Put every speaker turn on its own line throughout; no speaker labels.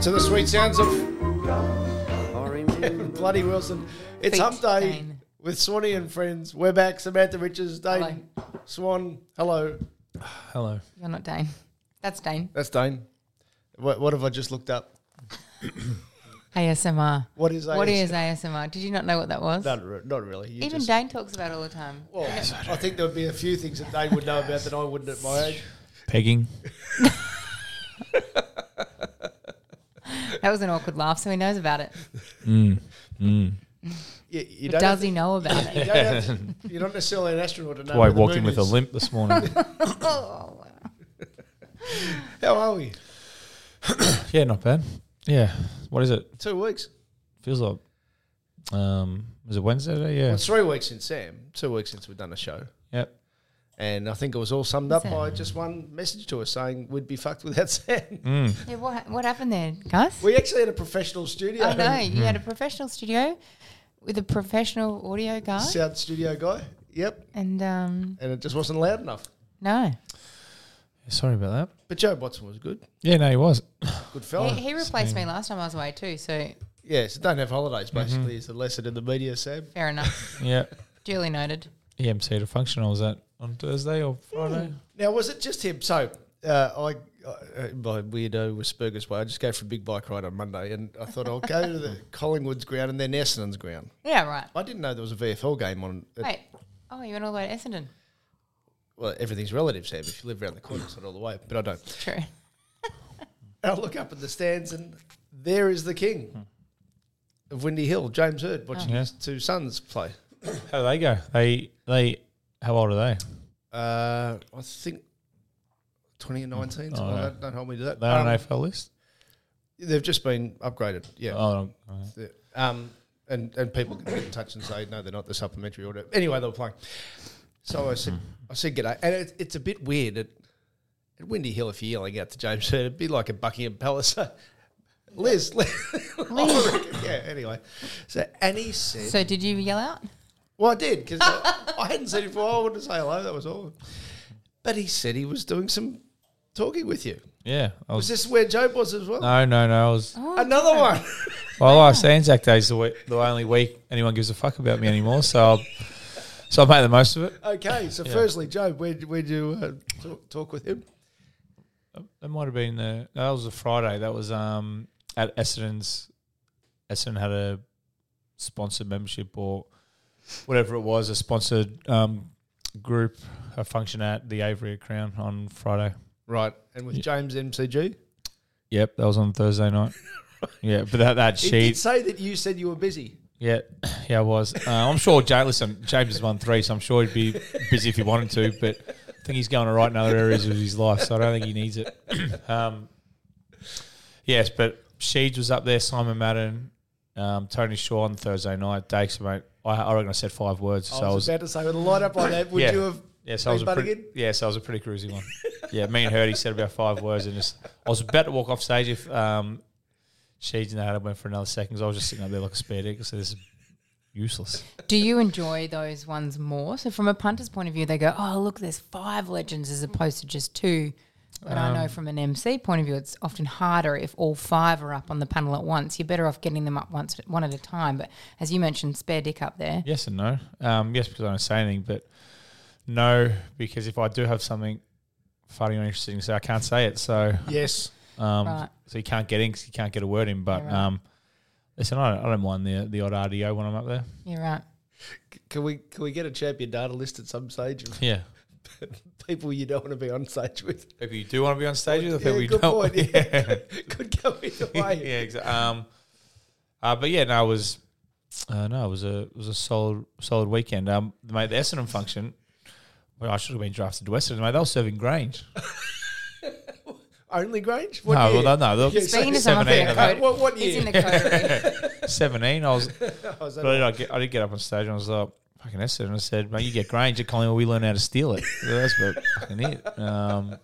to the sweet sounds of bloody Wilson. It's hump day
Dane.
with Swanee and friends. We're back. Samantha Richards, Dane Swan. Hello, hello.
You're not Dane. That's Dane.
That's Dane. What, what have I just looked up?
ASMR.
What is
What
ASMR?
is ASMR? Did you not know what that was?
Not, re- not really. You
Even
just-
Dane talks about it all the time.
Well, I think there would be a few things that Dane would know about that I wouldn't at my age.
Pegging.
That was an awkward laugh, so he knows about it.
You, you
But
don't
does
have
he know about
to-
it?
you don't have to- you're not necessarily an astronaut to know.
That's why I
where the
walked in
moon
with a
is.
limp this morning.
How are we?
yeah, not bad. Yeah. What is it?
Two weeks.
Feels like um was it Wednesday today? Yeah.
Well, it's three weeks since Sam. Two weeks since we've done a show.
yep.
And I think it was all summed up by just one message to us saying we'd be fucked without Sam.
yeah, what, ha- what happened there, guys?
We actually had a professional studio.
I know. You had a professional studio with a professional audio guy,
Sound studio guy. Yep.
and um,
And it just wasn't loud enough.
no.
Sorry about that.
But Joe Watson was good.
Yeah, no, he was.
Good fella.
he, he replaced me last time I was away, too, so
yeah, so don't have holidays, basically, is the lesson in the media, Sam.
fair enough.
Yeah.
Duly noted.
EMC to function. I was at on Thursday or Friday.
Now, was it just him? So, uh, I, I, by weirdo Asperger's way, I just go for a big bike ride on Monday and I thought I'll go to the Collingwood's ground and then Essendon's ground.
Yeah, right.
I didn't know there was a VFL game on. at-
Wait. Oh, you went all the way to Essendon.
well, everything's relative, Sam. If you live around the corner, it's not all the way, but I don't.
True.
And I look up at the stands, and there is the king of Windy Hill, James Hurd, watching
Hmm. Yeah.
his two sons play.
How do they go? They they how old are they?
Uh, I think twenty and nineteen. something like that. Don't hold me to that.
Oh, They on
Um,
an AFL list?
They've just been upgraded. Yeah.
Oh no.
Yeah. Um, and and people can get in touch and say no, they're not the supplementary order. Anyway, they were playing. So I said, I said, g'day. And it, it's a bit weird at, at Windy Hill if you're yelling out to James Hurd, it'd be like a Buckingham Palace. Liz, Liz. yeah. Anyway, so Annie said,
So, did you yell out?
Well, I did because I, I hadn't seen him before. I wanted to say hello. That was all. But he said he was doing some talking with you.
Yeah. I
Was
was
this where Job was as well?
no, no, no. I was.
Another one. Oh,
Well, last Anzac Day is the, week, the only week anyone gives a fuck about me anymore. So, I'll, so I made the most of it.
okay, so firstly, Job, where where'd you uh, talk, talk with him?
That might have been the no, that was a Friday. That was um at Essendon's. Essendon had a sponsored membership or whatever it was, a sponsored um, group, a function at the Avery at Crown on Friday.
Right, and with James MCG.
Yep, that was on Thursday night. yeah, but that that
He did
sheet.
say that you said you were busy.
Yeah, yeah, I was. Uh, I'm sure. Jay, listen, James has won three, so I'm sure he'd be busy if he wanted to. But I think he's going all right in other areas of his life, so I don't think he needs it. um, yes, but Sheeds was up there. Simon Madden, um, Tony Shaw on Thursday night. Dakes, mate. I, I reckon I said five words. so
I was, about to say with Oh, a light up like that, would
yeah.
you have?
Yeah, so
been
I was a
butting
pretty,
in?
yeah, so I was a pretty cruisy one. yeah, me and Herdy said about five words, and just I was about to walk off stage if um, she didn't know how to went for another second. 'cause I was just sitting up there like a spare dick. So this is useless.
Do you enjoy those ones more? So, from a punter's point of view, they go, "Oh, look, there's five legends as opposed to just two. But
Um,
I know from an MC point of view, it's often harder if all five are up on the panel at once. You're better off getting them up once, one at a time. But as you mentioned, spare dick up there.
Yes and no. Um, yes, because I don't say anything, but no, because if I do have something funny or interesting to say, I can't say it. So
Yes.
Um,
Right.
So you can't get in 'cause you can't get a word in. But um, listen, I don't, I don't mind the the odd RDO when I'm up there.
You're right.
Can we can we get a champion data list at some stage of
Yeah.
people you don't want to be on stage with?
People you do want to be on stage with, or
Yeah,
people you
good
don't.
point. Yeah. Could go either
yeah,
way.
exactly. Um, uh, but yeah, no, it was uh, no, it was a it was a solid solid weekend. Um, mate, the Essendon function. Well, I should have been drafted to Essendon, mate. They were serving Grange.
Only Grange?
No,
What
well,
year?
no, no, they were
Speaking to someone from
seventeen.
the
I
code,
think.
What- what
he's
year?
in the code. already.
Seventeen. I was,
Oh, is that
but I, did- I did get up on stage and I was like, fucking Essendon. And I said, mate, you get Grange at Collingwood, we learn how to steal it. So that's about fucking it. Um,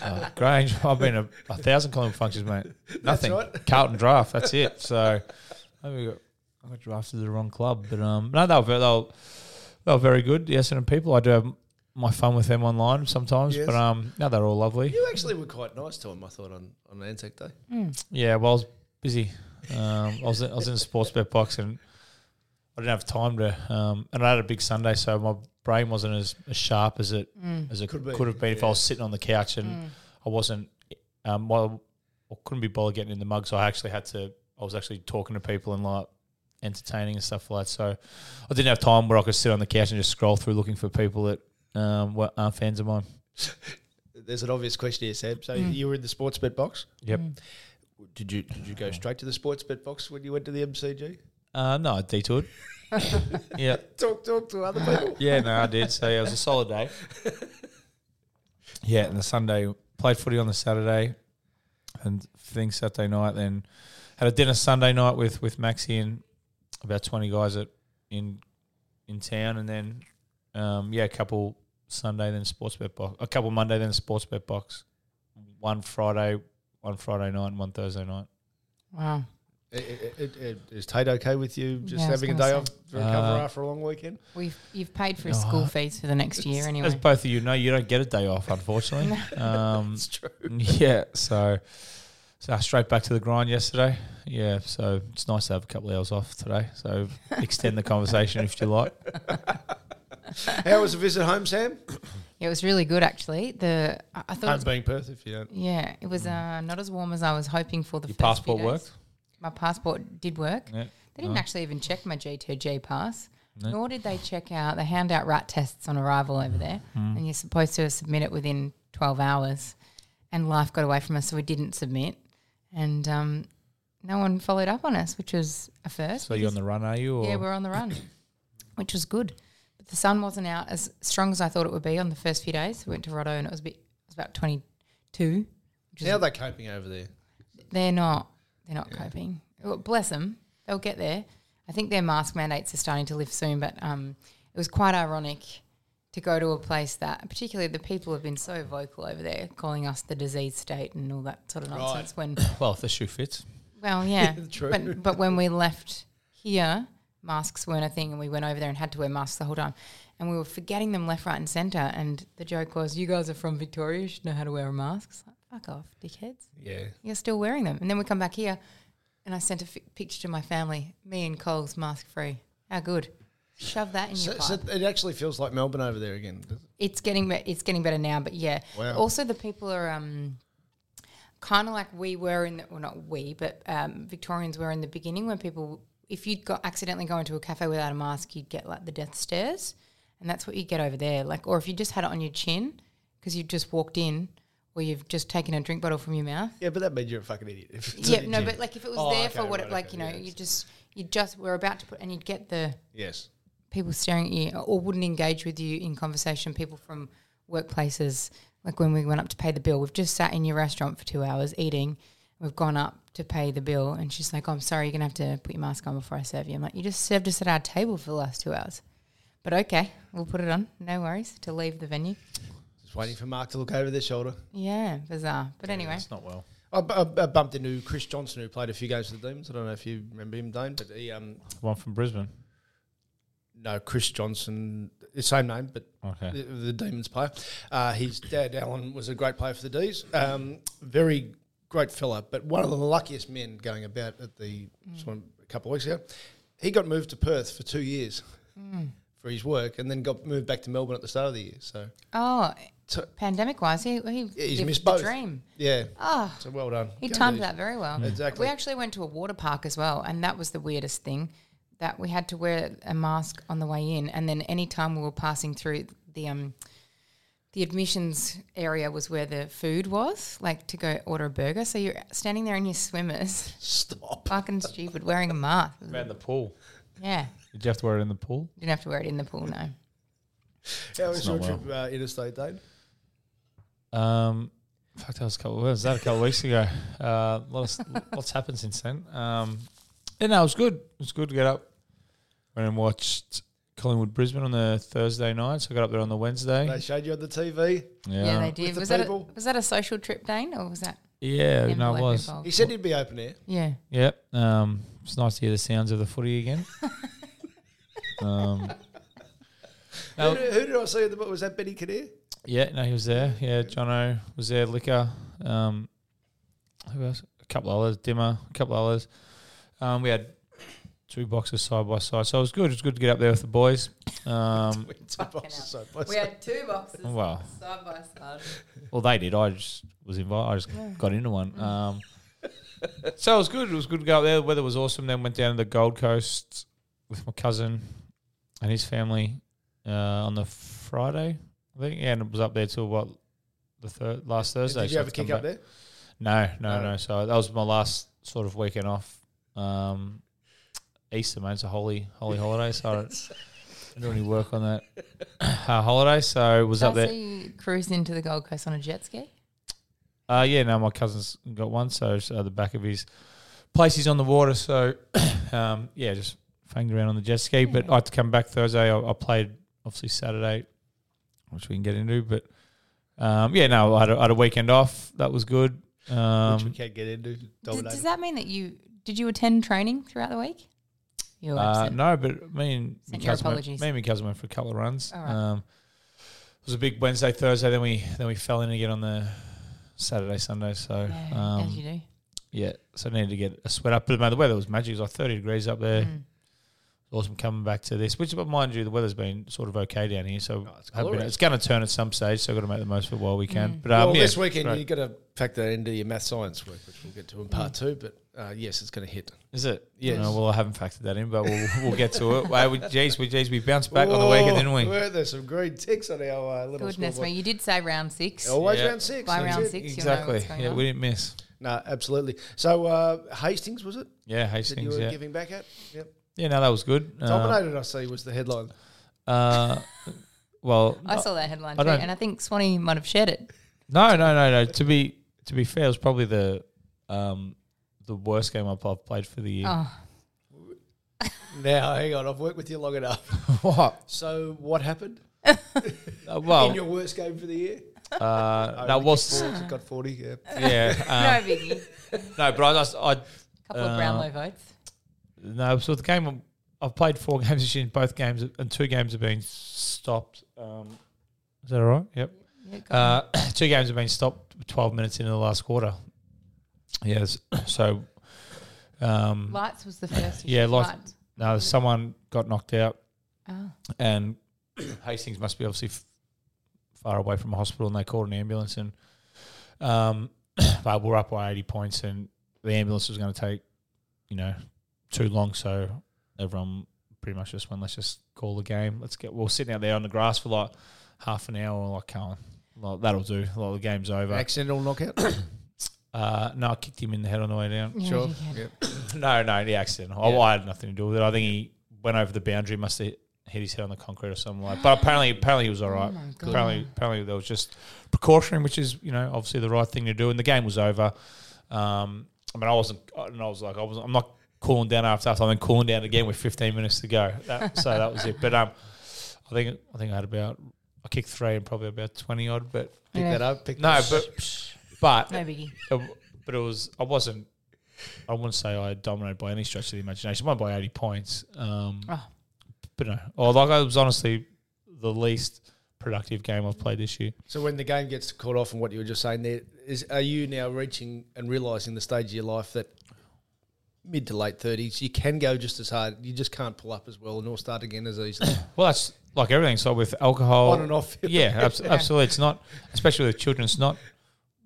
uh, Grange, I've been a, a thousand Collingwood functions, mate. Nothing.
right.
Carlton draft. That's it. So I think we got, I got drafted to the wrong club, but um, no, they were, ve- they were they were very good. The Essendon people, I do have my fun with them online sometimes,
Yes.
but um, no, they're all lovely.
You actually were quite nice to him, I thought, on, on Anzac Day.
Yeah, well, I was busy. Um, I was I was in a sports bet box and I didn't have time to. Um, and I had a big Sunday, so my brain wasn't as, as sharp as it as it could,
be,
have been if I was sitting on the couch and I wasn't. Um, well, I couldn't be bothered getting in the mug, so I actually had to. I was actually talking to people and like entertaining and stuff like that. So I didn't have time where I could sit on the couch and just scroll through looking for people that um, were, aren't fans of mine.
There's an obvious question here, Sam. So
Hmm.
you were in the sports bet box.
Yep.
Did you did you go straight to the sports bet box when you went to the MCG?
Uh, no, I detoured. yeah.
Talk talk to other people.
Yeah, no, I did. So yeah, it was a solid day. Yeah, and the Sunday played footy on the Saturday, and things Saturday night. Then had a dinner Sunday night with with Maxi and about twenty guys at in in town, and then um, yeah, a couple Sunday, then sports bet box, a couple Monday, then sports bet box, one Friday, one Friday night, and one Thursday night.
Wow.
I- I- I- I- Is Tate okay with you just
Yeah, I was
having a day
gonna
off to recover after a long weekend?
We've you've paid for his school fees for the next year
Oh. As
anyway.
both of you know, you don't get a day off, unfortunately. um,
It's true.
Yeah, so so straight back to the grind yesterday. Yeah, so it's nice to have a couple of hours off today. So extend the conversation if you like.
How was the visit home, Sam?
It was really good actually. The I, I thought it
Home
Uh,
was,
being Perth, if you don't.
yeah, it was uh, not as warm as I was hoping for. The
Your
first few
passport
days.
worked.
My passport did work.
Yeah.
They didn't actually even check my G2G pass, nor did they check out. They hand out rat tests on arrival over there,
Hmm.
and you're supposed to submit it within 12 hours. And life got away from us, so we didn't submit, and um, no one followed up on us, which was a first.
So you're on the run, are you? Or?
Yeah, we're on the run, which was good. But the sun wasn't out as strong as I thought it would be on the first few days. We went to Roto and it was a bit, it was about 22.
How are they coping over there?
They're not, they're not coping. Well, bless them. They'll get there. I think their mask mandates are starting to lift soon, but um, it was quite ironic to go to a place that, particularly the people have been so vocal over there, calling us the disease state and all that sort of nonsense when
well, if the shoe fits.
well, yeah. But, but when we left here, masks weren't a thing, and we went over there and had to wear masks the whole time. And we were forgetting them left, right, and centre. And the joke was, you guys are from Victoria, you should know how to wear a mask. It's like, fuck off, dickheads.
Yeah.
You're still wearing them. And then we come back here, and I sent a fi picture to my family, me and Cole's mask free. How good. Shove that in
So,
your pipe.
so it actually feels like Melbourne over there again.
It's getting be- it's getting better now, but yeah.
Wow.
Also, the people are um, kind of like we were in the well, not we, but um, Victorians were in the beginning when people, if you'd got accidentally go into a cafe without a mask, you'd get like the death stares, and that's what you get over there. Like, or if you just had it on your chin because you've just walked in, or you've just taken a drink bottle from your mouth.
Yeah, but that means you're a fucking idiot. If it's
yeah,
an
no,
idiot.
but like if it was
Oh,
there
okay,
for what
right,
it like,
okay,
you know,
yeah,
you
it's-
just you just were about to put, and you'd get the
yes.
people staring at you or wouldn't engage with you in conversation, people from workplaces. Like when we went up to pay the bill, we've just sat in your restaurant for two hours eating. We've gone up to pay the bill, and she's like, oh, I'm sorry, you're going to have to put your mask on before I serve you. I'm like, You just served us at our table for the last two hours. But okay, we'll put it on. No worries to leave the venue.
Just waiting for Mark to look over their shoulder.
Yeah, bizarre. But anyway,
It's not well.
I, bu- I bu- I bumped into Chris Johnson, who played a few games for the Demons. I don't know if you remember him, Dane, but he um
One from Brisbane.
no Chris Johnson, the same name, but the,
Okay.
the Demons player. Uh, his dad Alan was a great player for the D's. Um, very great fella, but one of the luckiest men going about at the
Mm.
swim a couple of weeks ago. He got moved to Perth for two years
Mm.
for his work, and then got moved back to Melbourne at the start of the year. So
Oh,
So-
pandemic wise, he, he
yeah, he's
lived
missed
the
both.
dream.
Yeah. Oh. So well done.
Ah, He
Go
timed
D's.
that very well.
Exactly.
We actually went to a water park as well, and that was the weirdest thing that we had to wear a mask on the way in, and then any time we were passing through the um the admissions area was where the food was, like to go order a burger. So you're standing there in your swimmers,
Stop.
fucking stupid, wearing a mask.
Around the pool.
Yeah,
Did you have to wear it in the pool?
didn't have to wear it in the pool. No,
How was your
not
trip uh, interstate, Dane?
Um, fuck, that was a couple. Of, was that a couple of weeks ago? Uh, lots, lots happened since then. Um, yeah, no, it was good. It was good to get up. Went and watched Collingwood Brisbane on the Thursday night, so I got up there on the Wednesday.
They showed you on the TV.
yeah,
yeah,
they
With
did.
the
Was that a,
people.
was that a social trip, Dane, or was that
yeah, no, it
envelope
was.
involved?
He said he'd be open air.
Yeah.
Yep. Um, it's nice to hear the sounds of the footy again. um,
Who, did, who did I see at the book? Was that Benny Kinnear?
yeah, no, he was there. Yeah, Jono was there. Liquor. Um, who else? A couple others. Dimmer. A couple others. Um, we had two boxes side by side, so it was good. It was good to get up there with the boys. Um,
Two boxes side by
We
side.
had two boxes
well,
side by side.
well, they did. I just was invited. I just got into one. Um, so it was good. It was good to go up there. The weather was awesome. Then went down to the Gold Coast with my cousin and his family uh, on the Friday, I think. Yeah, and it was up there till what the third last Thursday.
Did
so
you have a
it's come
kick up
back.
there?
No, no,
No.
no. So that was my last sort of weekend off. Um, Easter, man. It's a holy, holy holiday. So I don't, I don't really work on that uh, holiday. So was up
Did I
there.
see you cruising into the Gold Coast on a jet ski?
Uh, yeah, no, my cousin's got one, so it's uh, the back of his place he's on the water. So, um, yeah, just fanged around on the jet ski. But I had to come back Thursday. I, I played obviously Saturday, which we can get into. But um, yeah, no, I had, a, I had a weekend off. That was good.
Which we
Um,
can't get into.
Does,
Dominated.
does that mean that you did you attend training throughout the week? You were
uh,
absent.
no, but me and my
Send your
cousin, went, me
apologies.
and my cousin went for a couple of runs.
All right.
Um, it was a big Wednesday, Thursday. Then we then we fell in again on the Saturday, Sunday. So
Yeah,
um,
as you do.
Yeah, so I needed to get a sweat up. But man, the weather was magic. It was like 30 degrees up there.
Mm.
Awesome coming back to this, which, but mind you, the weather's been sort of okay down here. So
Oh, it's
I haven't been-
glorious.
it's going to turn at some stage. So I've got to make the most of it while we can.
Mm.
But um,
Well,
yeah,
this weekend
great.
you've got to factor that into your math science work, which we'll get to in part two. But uh, yes, it's going to hit.
is it?
Yes.
No, well, I haven't factored that in, but we'll, we'll get to it. Well, we, geez, we, geez, we bounced back on the weekend, didn't we?
Were Oh, there some green ticks on our uh, little
Goodness
scoreboard.
me, you did say round six.
Always
Yeah.
round six.
By
that's
round
it.
six. you'll know what's
Exactly.
going
Yeah,
on.
we didn't miss.
No, absolutely. So uh, Hastings was it that
Yeah,
you
Hastings.
were
Yeah.
giving back at? Yep.
yeah, no, that was good. Uh,
Dominated, I see, was the headline.
uh, well,
I saw that headline
I
too,
don't-
and I think Swanee might have shared it.
No, no, no, no. To be to be fair, it was probably the um, the worst game I've I've played for the year.
Oh,
Now, hang on, I've worked with you long enough.
What?
So what happened
Uh,
in your
well,
worst game for the year?
uh, that was
Forwards got forty. Yeah.
yeah.
no biggie.
Um, no, but I, just, I
couple of
Uh,
Brownlow votes.
no. So the game I've played four games this year. and Both games and two games have been stopped. Um, is that all right? Yep.
Yeah, go on.
Uh, two games have been stopped 12 minutes into the last quarter. Yes. So, um,
lights was the first.
yeah,
issue,
lost.
Lights.
No, someone got knocked out.
Oh.
and Hastings must be obviously f- far away from a hospital, and they called an ambulance, and um, but we're up by eighty points, and the ambulance was going to take, you know, too long, so everyone pretty much just went, let's just call the game, let's get. We are sitting out there on the grass for like half an hour, and like, come on, like, that'll do. Like the game's over.
Accidental knockout.
Uh, no, I kicked him in the head on the way down.
Yeah,
sure.
you can.
Yep.
No, no, the accident. I, I had nothing to do with it. I think he went over the boundary, must have hit his head on the concrete or something like. But apparently, apparently he was all right.
Oh my God.
apparently, apparently there was just precautionary, which is you know obviously the right thing to do. And the game was over. Um, I mean, I wasn't, and I was like, I was, I'm not cooling down after that. I'm then cooling down again with 15 minutes to go. That, so that was it. But um, I think I think I had about I kicked three and probably about 20 odd. But
Pick that up. Pick
no,
that up.
but but
No biggie.
it w- but but it was I wasn't. I wouldn't say I dominated by any stretch of the imagination. I won by eighty points. Um,
Oh.
But no, oh, like I was honestly the least productive game I've played this year.
So when the game gets caught off, and what you were just saying there is, are you now reaching and realizing the stage of your life that mid to late thirties you can go just as hard, you just can't pull up as well, and all start again as easily.
Well, that's like everything. So with alcohol,
On and off.
Yeah, abs- absolutely. It's not, especially with children. It's not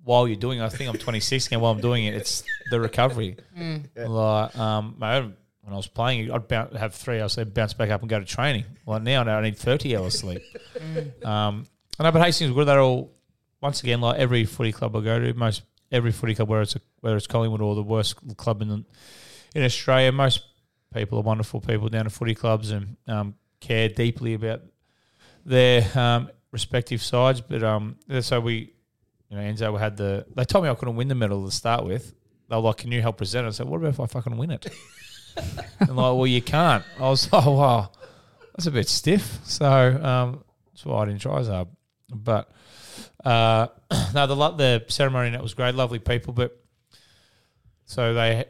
while you're doing. it. I think I'm 26, and while I'm doing it, it's the recovery.
Mm.
Like um, my own, when I was playing, I'd bounce, have three hours sleep, bounce back up, and go to training. Like now, now I need 30 hours sleep.
Mm.
um, and up at Hastings, where they're all once again like every footy club I go to, most every footy club whether it's a, whether it's Collingwood or the worst club in in Australia, most people are wonderful people down at footy clubs and um, care deeply about their um, respective sides. But um, so we, you know, Enzo had the. They told me I couldn't win the medal to start with. They were like, "Can you help present?" it?" I said, "What about if I fucking win it?" and like, well, you can't. I was like, wow, that's a bit stiff. So um, that's why I didn't try as hard. But uh, no, the lo- the ceremony and that was great. Lovely people, but so they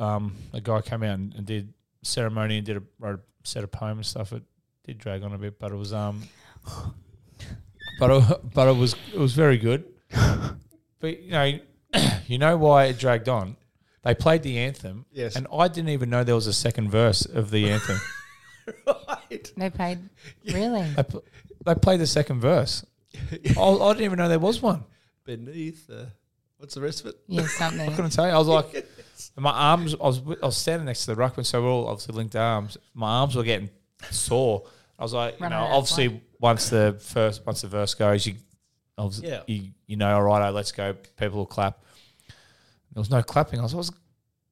um, a guy came out and, and did ceremony and did a, wrote a set of poems and stuff. It did drag on a bit, but it was um, but it, but it was it was very good. But you know, you know why it dragged on. They played the anthem,
Yes.
and I didn't even know there was a second verse of the anthem.
right.
They played really.
they, pl- they played the second verse. I, I didn't even know there was one.
Beneath the, what's the rest of it?
Yeah,
I
something.
couldn't tell you. I was like, and my arms. I was I was standing next to the ruckman, so we're all obviously linked arms. My arms were getting sore. I was like,
Running
you know,
out of
obviously once the first once the verse goes, you, obviously,
Yeah.
you, you know, all right, oh, let's go. People will clap. There was no clapping. I was, I was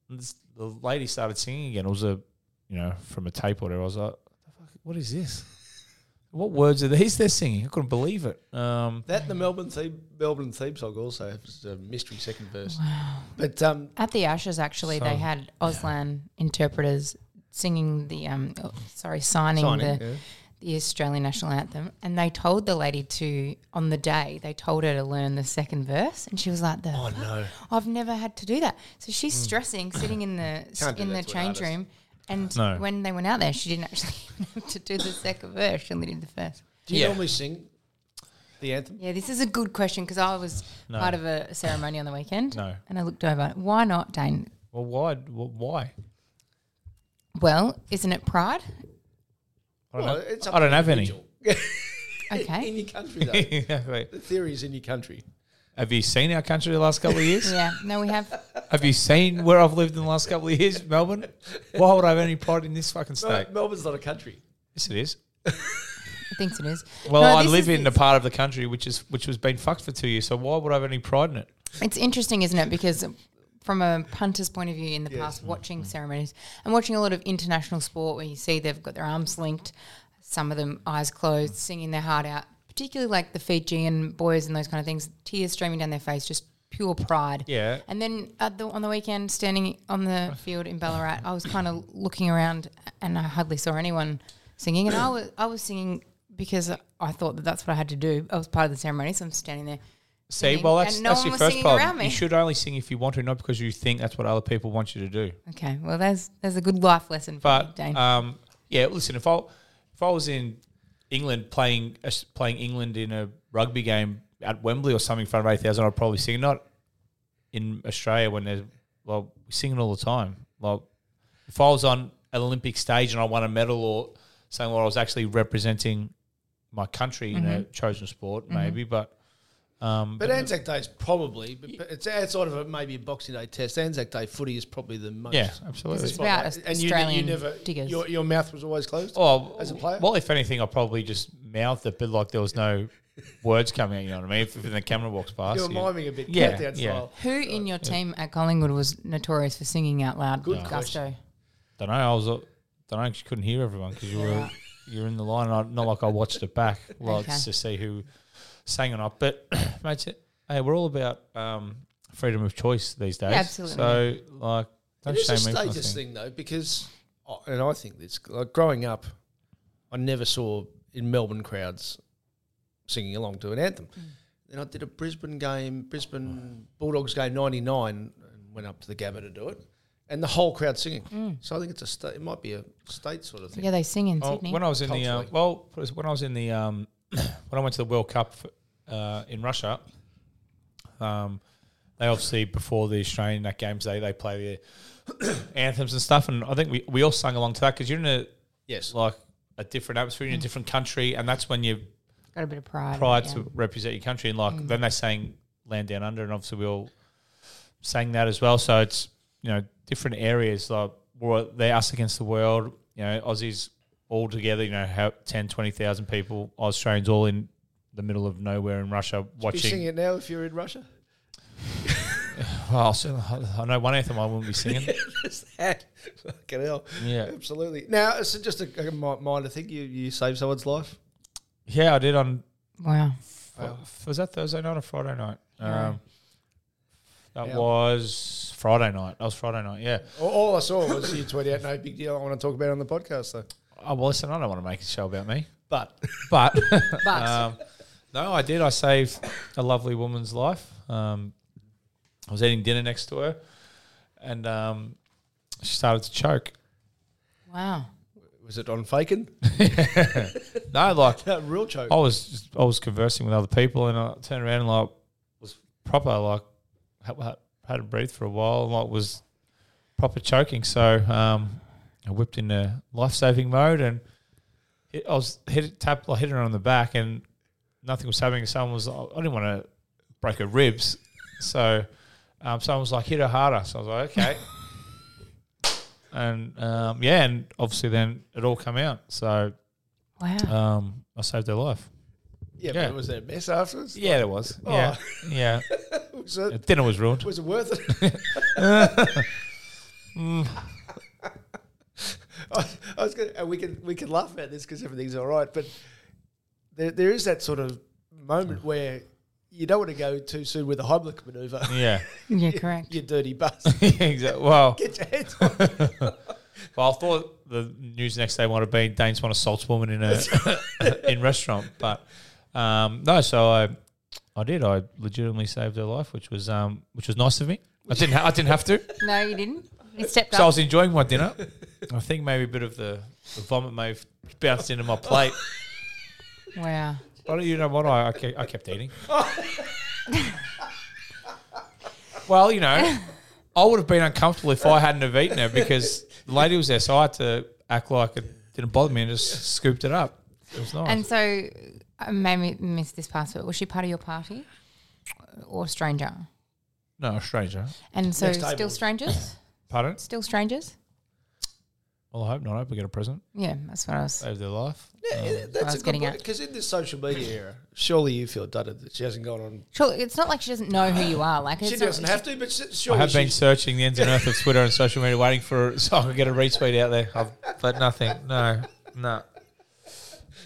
this, the lady started singing again. It was a, you know, from a tape or whatever. I was like, what is this? What words are these they're singing? I couldn't believe it. Um,
That and the Melbourne theme, Melbourne theme song also has a mystery second verse. But um,
At the Ashes, actually, they
So-
had Auslan interpreters singing the um, oh, sorry, signing,
Signing,
the
yeah.
the Australian national anthem, and they told the lady to on the day they told her to learn the second verse, and she was like, "The oh
no. Hmm.
I've never had to do that." So she's stressing, sitting in the
Can't do
in
that
the
to an
change
artist.
room, and
No.
when they went out there, she didn't actually have to do the second verse; she only did the first.
do you
Yeah.
normally sing the anthem?
Yeah, this is a good question because I was part of a ceremony on the weekend,
No.
and I looked over. Why not, Dane?
well, why? Why?
Well, isn't it pride?
I don't,
Well,
know.
it's up
I don't
to
have any.
individual.
Okay.
In your country, though.
Exactly.
the theory is in your country.
Have you seen our country the last couple of years?
Yeah, no, we have.
Have you seen where I've lived in the last couple of years, Melbourne? Why would I have any pride in this fucking
Mel-
state?
Melbourne's not a country.
Yes, it is.
I think it is.
Well,
No,
I
this
live
is-
in the part of the country which is which has been fucked for two years. So why would I have any pride in it?
It's interesting, isn't it? Because from a punter's point of view, in the past, watching ceremonies and watching a lot of international sport where you see they've got their arms linked, some of them eyes closed, singing their heart out, particularly like the Fijian boys and those kind of things, tears streaming down their face, just pure pride.
Yeah.
And then at the, on the weekend, standing on the field in Ballarat, I was kind of looking around and I hardly saw anyone singing. And I was, I was singing because I thought that that's what I had to do. I was part of the ceremony, so I'm standing there.
See,
Singing.
well, that's
And no
that's
one
your
was
first
singing
problem.
around me.
You should only sing if you want to, not because you think that's what other people want you to do.
Okay, well, there's there's a good life lesson for you,
But
Dane.
um, yeah, listen, if I if I was in England playing uh, playing England in a rugby game at Wembley or something in front of eight thousand, I'd probably sing. Not in Australia when there's well, we sing it all the time. Like if I was on an Olympic stage and I won a medal or something, where I was actually representing my country in
Mm-hmm.
a chosen sport, maybe, but. Um,
But Anzac Day is probably, but but it's outside of a, maybe a Boxing Day test. Anzac Day footy is probably the most.
yeah, absolutely.
It's about
Spotlight.
Australian diggers.
Your, your mouth was always closed.
Oh,
as a player?
Well, if anything, I probably just mouthed it, but like there was no words coming out. You know what I mean? If, if the camera walks past,
you were
you-
miming a bit.
Yeah,
countdown
yeah.
Style.
Who in your team at Collingwood was notorious for singing out loud
Good
with
question.
gusto?
Don't know. I was. Uh, don't know. I just couldn't hear everyone because you were you're in the line. And I, not like I watched it back, like
Okay.
to see who sang or not. But mate, it- hey, we're all about um, freedom of choice these days.
absolutely.
So like, don't
It is
shame
a
me. for
status
nothing.
thing though, because oh, and I think this like growing up,
Mm.
I never saw in Melbourne crowds singing along to an anthem. Then I did a Brisbane game, Brisbane Bulldogs game '99, and went up to the Gabba to do it, and the whole crowd singing.
Mm.
So I think it's a state. It might be a state sort of thing.
Yeah, they sing in
Oh,
Sydney.
when I was in the uh,
Culturally.
well, when I was in the um, when I went to the World Cup uh, in Russia, um, they obviously before the Australian that games they they play their anthems and stuff, and I think we, we all sung along to that because you're in a
Yes.
like a different atmosphere, you're
Mm.
in a different country, and that's when you
Got a bit of pride.
pride
yeah.
to represent your country. And like
Mm.
then they sang "Land Down Under," and obviously we all sang that as well. So it's you know different areas like we're, they're us against the world. You know, Aussies all together. You know, how 10, 20,000 people, Australians all in the middle of nowhere in Russia
You sing
watching.
it now if you're in Russia.
Oh, so I know one anthem I wouldn't be singing.
There's that. Fucking hell.
Yeah.
Absolutely. Now, it's just a, a mi- minor thing. You you save someone's life.
yeah, I did on
Wow.
Oh.
was that Thursday night or Friday night? Um, that
Yeah.
was Friday night. That was Friday night. Yeah.
All, all I saw was you tweet out, no big deal. I want to talk about it on the podcast, though.
Oh well, listen, I don't want to make a show about me.
But
but um, no, I did. I saved a lovely woman's life. Um, I was eating dinner next to her, and um, she started to choke.
Wow.
was it on faking?
No, like
That real joke.
I was, just, I was conversing with other people, and I turned around and like was proper like had, had- had to breathe for a while, and like was proper choking. So um, I whipped into life saving mode, and hit, I was hit tap, like, hit her on the back, and nothing was happening. Someone was, I didn't want to break her ribs, so um, someone was like, hit her harder. So I was like, okay. And um, yeah, and obviously then it all come out. So
Wow.
um, I saved her life.
yeah,
yeah.
but was there a mess afterwards?
Yeah, there was. Yeah, yeah.
Oh. Was it,
Dinner was ruined.
was it worth it? I, I was gonna, and we can we can laugh about this because everything's all right, but there, there is that sort of moment where you don't want to go too soon with a Heimlich maneuver.
Yeah,
yeah, correct.
you dirty bus.
exactly. Well,
Get your hands on
well, I thought the news the next day might have been Dane Swan assaults woman in a in restaurant, but um, no. So I, I did. I legitimately saved her life, which was um, which was nice of me. I didn't. Ha- I didn't have to.
No, you didn't. You stepped
So I
up.
was enjoying my dinner. I think maybe a bit of the, the vomit may have bounced into my plate.
wow.
But you know what? I, I, kept, I kept eating. well, you know, I would have been uncomfortable if I hadn't have eaten it because the lady was there, so I had to act like it didn't bother me and just scooped it up. It was nice.
And so I may miss this part, but was she part of your party or stranger?
no, a stranger.
And so
Next
still
table.
strangers?
Pardon?
Still strangers?
Well, I hope not. I hope we get a present.
Yeah, that's what I was.
Save their life.
Yeah,
was
that's a good
getting
point.
at.
Because in this social media era, surely you feel dudded that she hasn't gone on.
Sure, it's not like she doesn't know who you are. Like
She
it's not-
doesn't have to, but s-
I
surely
have been
she's-
searching the ends and earth of Twitter and social media, waiting for so I could get a retweet out there. I've, but nothing. No, no.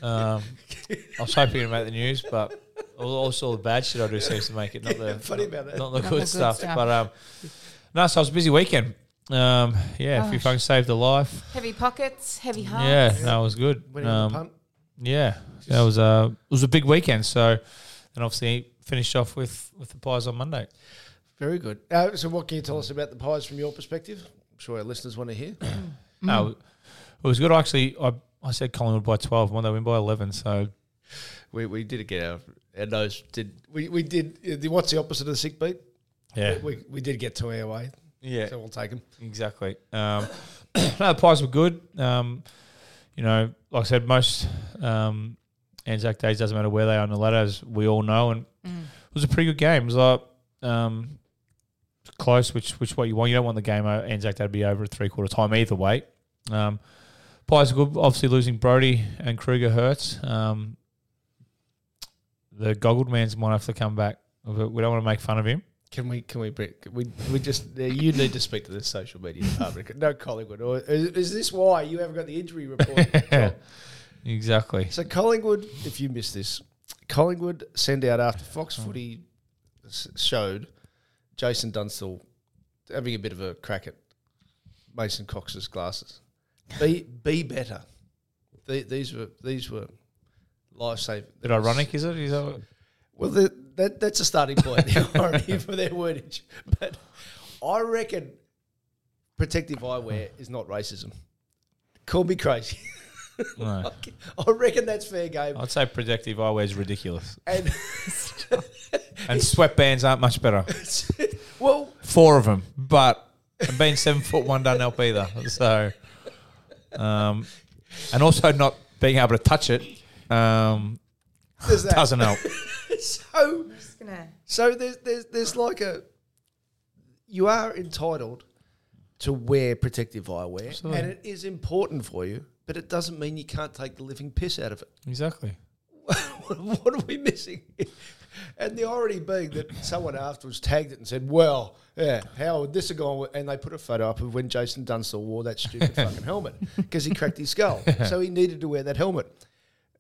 Um, I was hoping to make the news, but al- also all the bad shit I do seems to make it not the
funny
not,
about that.
not the
the
good
good
stuff.
stuff.
But um, no, so it was a busy weekend. Um, yeah, if you
Gosh.
fucking saved a life,
heavy pockets, heavy heart.
yeah, no, it was good.
Winning the
Um,
punt.
yeah, that was a it was a big weekend. So, and obviously finished off with with the pies on Monday.
Very good. Uh, so, what can you tell us about the pies from your perspective? I'm sure our listeners want to hear.
No, it was good. I actually, I, I said Collingwood by 12. One, they win by 11. So,
we, we did get our, our nose. Did we? We did. uh, What's the opposite of the sick beat?
yeah.
We, we did get two our way,
Yeah,
so we'll take them.
exactly. Um, no, the pies were good. Um, you know, like I said, most um, Anzac days, doesn't matter where they are on the ladder, as we all know. And it was a pretty good game. It was like, um, close, which which what you want. You don't want the game o- Anzac Day to be over at three quarter time either way. Um, Pies are good. Obviously, losing Brody and Kruger hurts. Um, the goggled man's might have to come back. We don't want to make fun of him.
Can we? Can we? bring- can we we just. Uh, you need to speak to the social media department. No Collingwood. Or is, is this why you haven't got the injury report? John?
Exactly.
So Collingwood, if you missed this, Collingwood send out after Fox Footy s- showed Jason Dunstall having a bit of a crack at Mason Cox's glasses. Be be better. The- these were these were life saving.
bit ironic, is it? Is that what-
Well, the, that, that's a starting point already for their wordage. But I reckon protective eyewear is not racism. Call me crazy.
No.
I reckon that's fair game.
I'd say protective eyewear is ridiculous,
And
and sweatbands aren't much better.
well,
Four of them, but and being seven foot one doesn't help either. So, um, and also not being able to touch it um,
there's that.
doesn't help.
So
Gonna
So there's there's there's like a you are entitled to wear protective eyewear, and it is important for you, but it doesn't mean you can't take the living piss out of it.
Exactly.
what are we missing? And the irony being that someone afterwards tagged it and said, "Well, yeah, how would this have gone?" with-" And they put a photo up of when Jason Dunstall wore that stupid fucking helmet because he cracked his skull, so he needed to wear that helmet.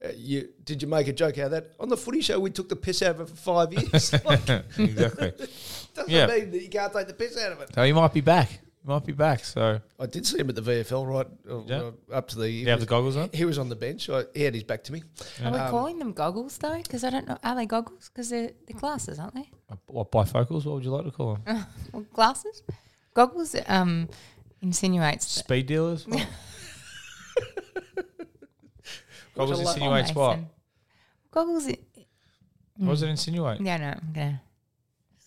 Uh, you did you make a joke out of that on the Footy Show? We took the piss out of it for five years. Like,
exactly.
doesn't
Yeah.
mean that you can't take the piss out of it.
So you might be back. You might be back. So
I did see him at the VFL right uh,
Yeah.
uh, up to the.
you have the goggles on.
He was on the bench. I, he had his back to me.
Are we
Um,
calling them goggles though? Because I don't know. Are they goggles? Because they're, they're glasses, aren't they?
What bifocals? What would you like to call
Uh.
them?
Well, glasses? Goggles um, insinuates. that-
Speed dealers. What?
What
goggles
a lot-
insinuates what?
Mason. Goggles. i-
What does it insinuate?
Yeah, no, I'm going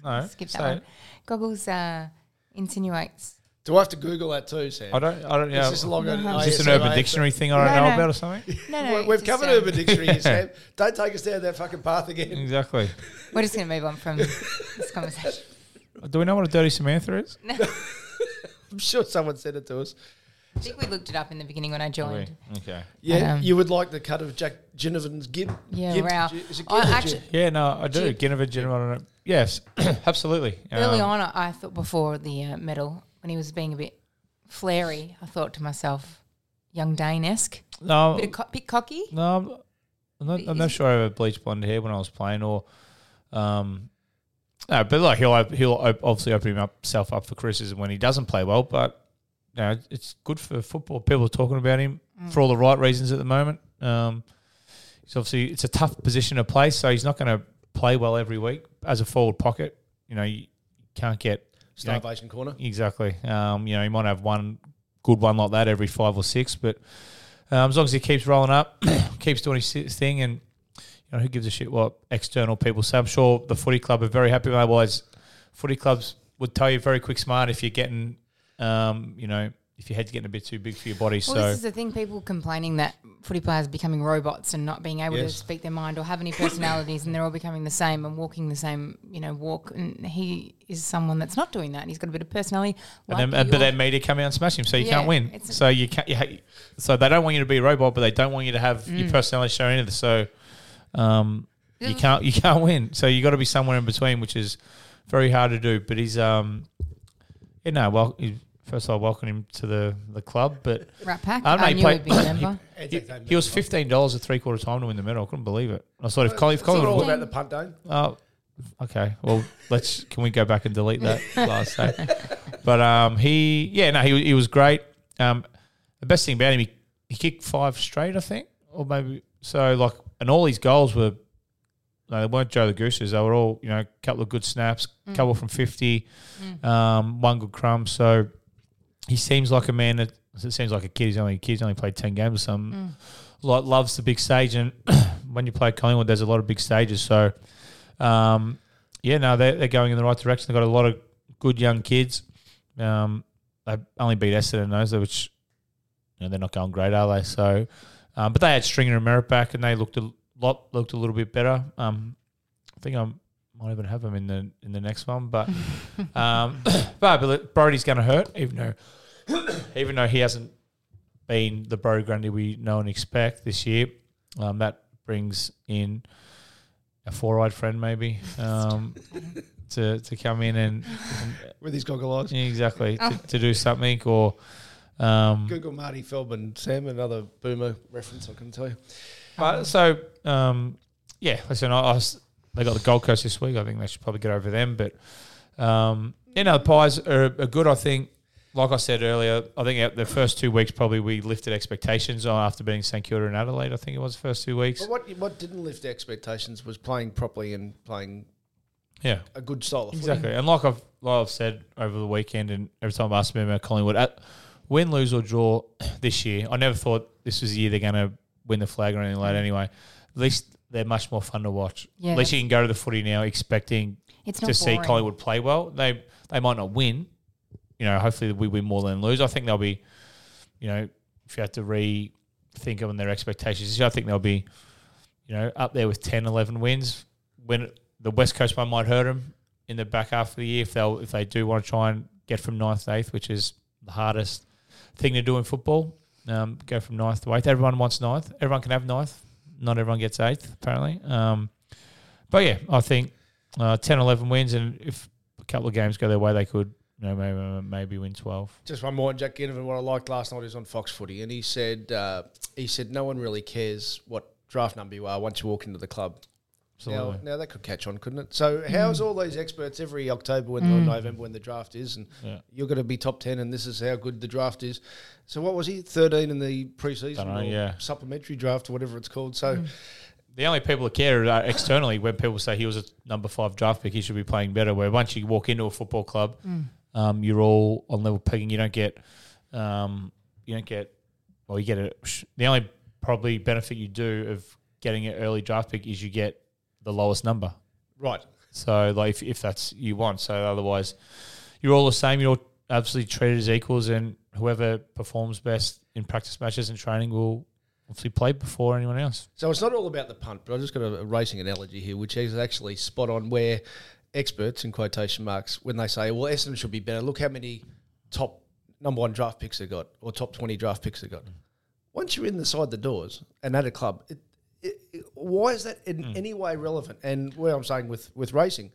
No,
to skip
say
that one.
it.
Goggles uh, insinuates.
Do I have to Google that too, Sam?
I don't. I don't. Yeah.
Is this, a long
Is this an Urban Dictionary thing I don't
No,
know
no.
about or something?
No, no.
We've
it's just,
covered
um,
Urban Dictionary, here, Sam. Don't take us down that fucking path
Mm.
again.
exactly.
We're just going to move on from this conversation.
Do we know what a dirty Samantha is?
I'm sure someone sent it to us.
I think we looked it up in the beginning when I joined.
Okay.
Yeah,
Um,
you would like the cut of Jack Ginnivan's gib?
Yeah,
gib,
wow.
Is it gib
I
or
actually-
gib?
Yeah, no, I do.
Gin-
Geneva Gin. I don't know. Yes, absolutely.
Early
Um,
on, I I thought before the uh, medal, when he was being a bit flary, I thought to myself, young Dane esque.
No,
Bit, of co- bit cocky.
no, I'm- I'm not, I'm not sure I ever bleached blonde hair when I was playing, or um, no, but like he'll op- he'll op- obviously open himself up for criticism when he doesn't play well. But you know, it's good for football. People are talking about him for all the right reasons at the moment. Um, he's obviously it's a tough position to play, so he's not going to play well every week as a forward pocket. You know, you can't get you know,
Starvation Corner.
Exactly. Um, you know, he might have one good one like that every five or six, but um, as long as he keeps rolling up, keeps doing his si- thing, and you know, who gives a shit what external people say? I'm sure the footy club are very happy. Otherwise, footy clubs would tell you very quick smart if you're getting, um, you know, if your head's getting a bit too big for your body.
Well,
so
this is the thing people complaining that footy players are becoming robots and not being able to
Yes.
speak their mind or have any personalities, and they're all becoming the same and walking the same, you know, walk. And he is someone that's not doing that. and He's got a bit of personality. like
And then, uh, but
your-
then media come out and smash him, so you
Yeah,
can't win.
it's-
So you can't. You ha- so they don't want you to be a robot, but they don't want you to have
Mm.
your personality shown either. So um, you can't. You can't win. So you got to be somewhere in between, which is very hard to do. But he's um, you know, well, he- first I welcome him to the the club, but
Rat Pack.
I
I,
don't know, he
knew
played-
he'd be a member.
he, he was fifteen dollars at three quarter time to win the medal. I couldn't believe it. I thought if Colin, if
It's not all
Colin,
about the punt, Dane.
Oh, okay. Well, let's. Can we go back and delete that last day? But um, he, yeah, no, he he was great. Um, the best thing about him, he, he kicked five straight, I think, or maybe so. Like, and all his goals were, no, they weren't Joe the Gooses. They were all, you know, a couple of good snaps, couple from fifty, um, one good crumb. So he seems like a man that it seems like a kid. He's only a kid. He's only played ten games or something. Lo- loves the big stage, and when you play Collingwood, there's a lot of big stages. So, um, yeah, no, they're, they're going in the right direction. They've got a lot of good young kids. Um, they only beat Essendon, those, which you know, they're not going great, are they? So, um, but they had Stringer and Merritt back, and they looked a lot looked a little bit better. Um, I think I might even have them in the in the next one, but um, but but Brody's going to hurt, even though even though he hasn't been the Brody Grundy we know and expect this year. Um, that brings in a four-eyed friend, maybe, um, to to come in and
With his goggle eyes.
exactly to, to do something or. Um,
Google Marty Feldman, Sam, another boomer reference, I can tell you.
But so, um, yeah, listen, I, I s- they got the Gold Coast this week. I think they should probably get over them. But, um, you know, the Pies are, are good, I think. Like I said earlier, I think out the first two weeks probably we lifted expectations on after being St Kilda and Adelaide. I think it was the first two weeks.
But what, what didn't lift expectations was playing properly and playing
Yeah.
a good style of footy.
Exactly. And like I've like I've said over the weekend and every time I've asked me about Collingwood, at win, lose or draw this year, I never thought this was the year they're gonna win the flag or anything like that anyway. At least they're much more fun to watch.
Yeah,
At least you can go to the footy now expecting
It's
to
not
see
boring.
Collingwood play well. They they might not win. You know, hopefully we win more than lose. I think they'll be, you know, if you have to rethink on their expectations, this year, I think they'll be, you know, up there with 10, 11 wins. When the West Coast one might hurt them in the back half of the year if they will if they do want to try and get from ninth to eighth, which is the hardest thing to do in football. Um, go from ninth to eighth. Everyone wants ninth. Everyone can have ninth. Not everyone gets eighth, apparently. Um, but yeah, I think uh, 10, 11 wins, and if a couple of games go their way, they could you know maybe maybe win twelve.
Just one more, Jack Ginnivan. What I liked last night is on Fox Footy, and he said uh, he said no one really cares what draft number you are once you walk into the club. Now,
Absolutely. Hmm.
now that could catch on, couldn't it? So how's all those experts every October when or November when the draft is, and you're going to be top ten, and this is how good the draft is. So what was he thirteen in the preseason
Dunno,
or
yeah. Hmm.
supplementary draft or whatever it's called? So
The only people that care are externally when people say he was a number five draft pick, he should be playing better. Where once you walk into a football club, um, you're all on level pegging. You don't get, um, you don't get, well, you get a, the only probably benefit you do of getting an early draft pick is you get the lowest number.
right,
So like if, if that's you want, so otherwise you're all the same. You're all absolutely treated as equals, and whoever performs best in practice matches and training will obviously play before anyone else.
So it's not all about the punt, but I've just got a, a racing analogy here, which is actually spot on where experts, in quotation marks, when they say, well, Essendon should be better, look how many top number one draft picks they got or top 20 draft picks they
Mm.
got. Once you're in the side the doors and at a club, it, it, it- why is that in
Mm.
any way relevant? And where I'm saying with, with racing,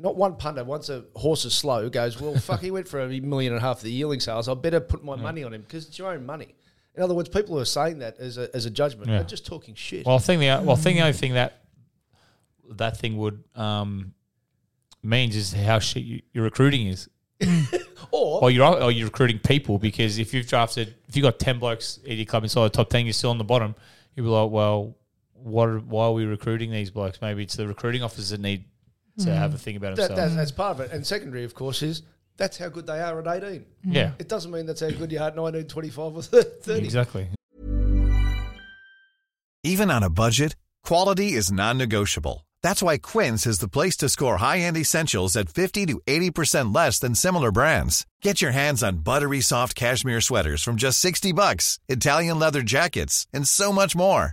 not one punter, once a horse is slow, goes, well, fuck, he went for a million and a half of the yearling sales. I better put my money on him because it's your own money. In other words, people who are saying that as a, as a judgment. They're just talking shit.
Well, I think the well, I think the only thing that that thing would um, means is how shit you, your recruiting is,
or
or you're or you're recruiting people because if you've drafted if you have got ten blokes at your club inside the top ten, you're still on the bottom. You'll be like, well, what? are- Why are we recruiting these blokes? Maybe it's the recruiting officers that need to have a think about
Hmm. that,
themselves.
that, that's part of it. And secondary, of course, is that's how good they are at 18.
yeah,
It doesn't mean that's how good you are at 19, 25 or 30.
exactly.
Even on a budget, quality is non-negotiable. That's why Quince is the place to score high-end essentials at 50 to 80% less than similar brands. Get your hands on buttery soft cashmere sweaters from just 60 bucks, Italian leather jackets, and so much more.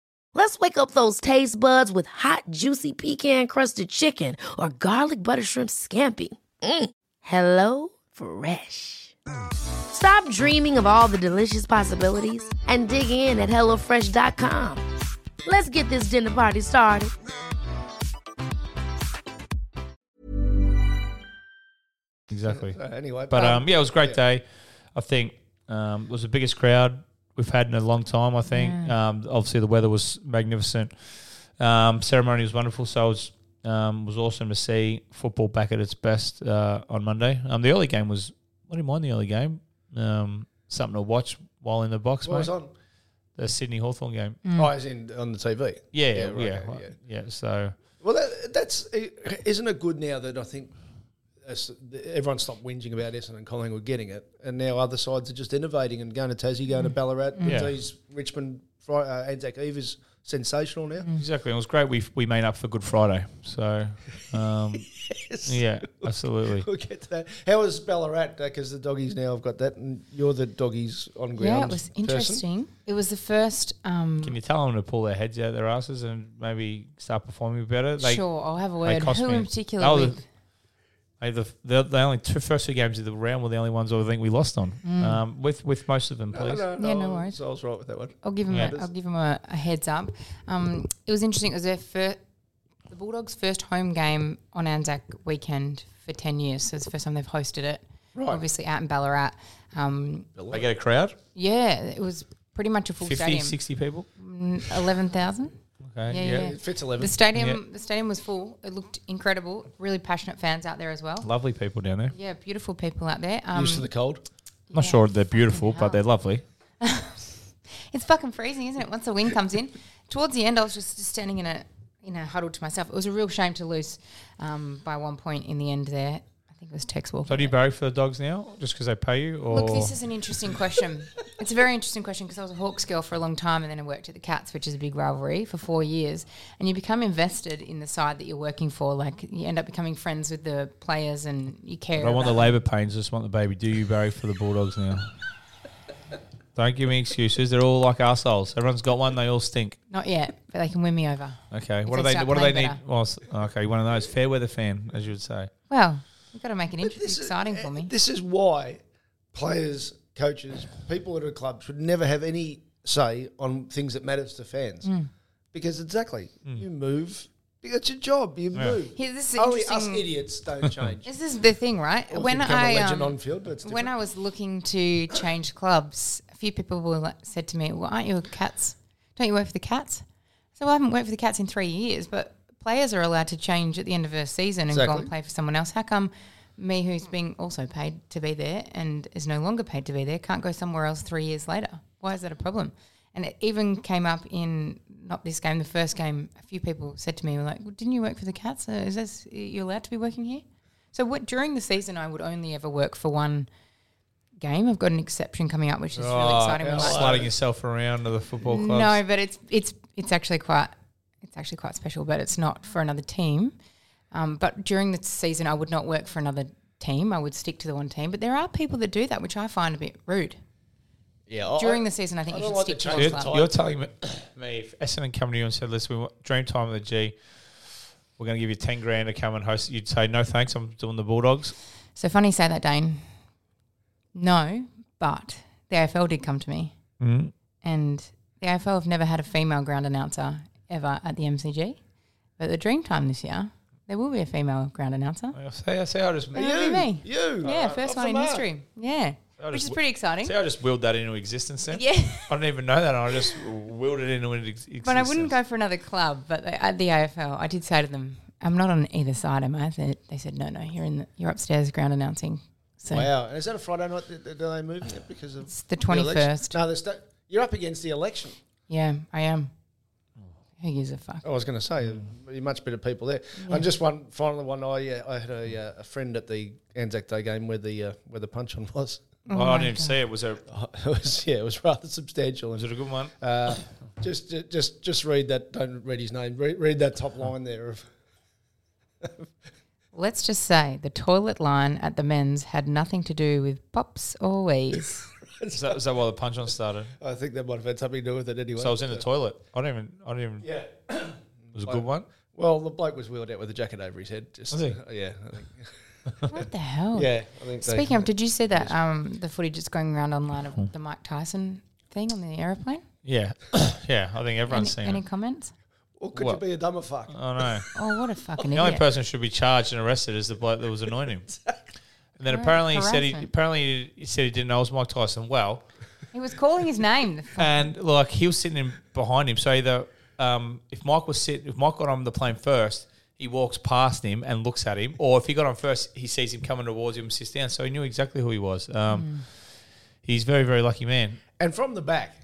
Let's wake up those taste buds with hot, juicy pecan crusted chicken or garlic butter shrimp scampi. Mm. Hello Fresh. Stop dreaming of all the delicious possibilities and dig in at HelloFresh.com. Let's get this dinner party started.
Exactly.
Uh, anyway,
But um, yeah, it was a great day. I think um, it was the biggest crowd we've had in a long time. I think um, obviously the weather was magnificent. Um, ceremony was wonderful. So it was um, was awesome to see football back at its best uh, on Monday. Um, the early game was I didn't mind the early game. Um, something to watch while in the box,
what was
mate.
on?
The Sydney Hawthorn game.
Mm.
Oh, as in on the TV. Yeah,
Yeah, yeah,
right,
yeah,
okay,
right,
yeah.
yeah. So
Well, that, that's isn't it good now that I think as- everyone stopped whinging about Essendon and Collingwood getting it, and now other sides are just innovating and going to Tassie, going to
Mm.
Ballarat.
Yeah.
These Richmond, Fri- uh, Anzac Eve is sensational now.
Mm.
exactly, it was great. We we made up for Good Friday. So um, yeah, absolutely.
We'll get to that. How was Ballarat? Because the doggies now have got that, and you're the doggies on ground.
Yeah, it was
person.
interesting. It was the first. Um,
Can you tell them to pull their heads out of their asses and maybe start performing better? They,
sure, I'll have a
they
word.
cost
Who
me.
in particular?
That was a-
with?
They, the, the, the only two first two games of the round were the only ones I think we lost on.
Mm.
Um, with with most of them, please.
Yeah, no worries.
So I was right with that one.
I'll give him.
Yeah.
A, I'll give him a, a heads up. Um, it was interesting. It was their first, the Bulldogs' first home game on Anzac weekend for ten years. So it's the first time they've hosted it. obviously out in Ballarat. Um,
They get a crowd,
yeah, it was pretty much a full
50,
stadium. Mm,
60 people.
Eleven thousand.
Okay,
Yeah,
yeah.
yeah.
It fits 11.
The stadium, the stadium was full. It looked incredible. Really passionate fans out there as well.
Lovely people down there.
Yeah, beautiful people out there. Um,
Used to the cold.
I'm not sure they're beautiful, but they're lovely.
It's fucking freezing, isn't it? Once the wind comes in. Towards the end, I was just, just standing in a in a huddle to myself. It was a real shame to lose um, by one point in the end. There, I think it was Tex Walker.
So do you barrack for the dogs now, just because they pay you, or
Look, this is an interesting question. it's a very interesting question because I was a Hawks girl for a long time and then I worked at the Cats, which is a big rivalry, for four years. And you become invested in the side that you're working for. Like, you end up becoming friends with the players and you care.
I want the
about-
labour pains. Just want the baby. Do you barrack for the bulldogs now? Don't give me excuses. They're all like assholes. Everyone's got one. They all stink.
Not yet, but they can win me over.
Okay.
If
What
they
do they?
start
What do they
playing
need?
better.
Well, s- okay. One of those fair weather fan, as you would say.
Well, you've got to make it interesting,
This is- eh,
exciting for me.
This is why players, coaches, people at a club should never have any say on things that matters to fans.
Mm.
Because exactly, you move. That's your job. You move.
Here, this is
Only us
interesting-
idiots don't change.
This is the thing, right?
Or
when
become a
I
legend
um,
on field, but it's
when
different.
I was looking to change clubs, a few people were like, said to me, "Well, aren't you a Cats? Don't you work for the Cats?" So I haven't worked for the Cats in three years, but players are allowed to change at the end of a season and go
Exactly.
and play for someone else. How come me, who's being also paid to be there and is no longer paid to be there, can't go somewhere else three years later? Why is that a problem? And it even came up in not this game, the first game. A few people said to me, "Were like, well, didn't you work for the Cats? Uh, Is this you allowed to be working here?" So what during the season, I would only ever work for one game. I've got an exception coming up, which is really exciting. We might-
Oh, sliding yourself around to the football clubs.
no, but it's it's it's actually quite it's actually quite special, but it's not for another team. Um, but during the season, I would not work for another team. I would stick to the one team. But there are people that do that, which I find a bit rude.
yeah,
During the season, I think
I
you
don't
should
like
stick
the
to one
change
Dude,
of
club.
time.
you're telling me, me if Essendon come to you and said, "Listen, we want dream time of the G. We're going to give you ten grand to come and host." You'd say, "No, thanks. I'm doing the Bulldogs."
So funny you say that, Dane. No, but the AFL did come to me, and the AFL have never had a female ground announcer ever at the MCG. But the Dreamtime this year, there will be a female ground announcer.
I say, see, how I just
It will be me.
you.
Yeah, first
off
one
the
in
mark.
history. Yeah, which
just
is
w-
pretty exciting.
see, how I just willed that into existence. Then,
Yeah.
I didn't even know that. I just willed it into ex- existence. Oh,
But I wouldn't go for another club. But they, at the AFL, I did say to them, "I'm not on either side, am I?" They, they said, "No, no, you're in, the, you're upstairs, ground announcing." So
Wow. And is that a Friday night that, that they're moving it because of
it's the
election?
21st.
No, there's no- you're up against the election.
Yeah, I am. Who gives a fuck?
I was going to say, uh, much better people there. And just one, finally, one. I uh, I had a, uh, a friend at the Anzac Day game where the uh, where the punch on was.
oh
Well, I didn't even see it. Was it?
it was yeah, it was rather substantial.
Was it a good one?
Uh, just ju- just just read that. Don't read his name. Read, read that top line there. Of,
Let's just say the toilet line at the men's had nothing to do with pops or wheeze.
Is that, is that why the punch on started?
I think that might have had something to do with it anyway.
So I was in the toilet. I didn't even. I didn't even.
yeah.
It was a good one.
uh, Well, the bloke was wheeled out with a jacket over his head. Just uh,
Was he?
yeah, I think,
what the hell?
yeah. I think they-
Speaking of, did you see that um, the footage that's going around online of the Mike Tyson thing on the aeroplane?
Yeah, yeah. I think
Any,
everyone's seen
any
it.
comments?
Or could
What? Uh.
you be a dumber fuck?
I know.
Oh, what a fucking
The
idiot!
only person who should be charged and arrested is the bloke that was annoying him. And then apparently he said he
Harassment.
apparently he said he didn't know it was Mike Tyson well,
he was calling his name. The fuck.
and like he was sitting in behind him. So either um, if Mike was sit, if Mike got on the plane first, he walks past him and looks at him, or if he got on first, he sees him coming towards him, and sits down. So he knew exactly who he was. Um,
Hmm.
He's very very lucky man.
And from the back,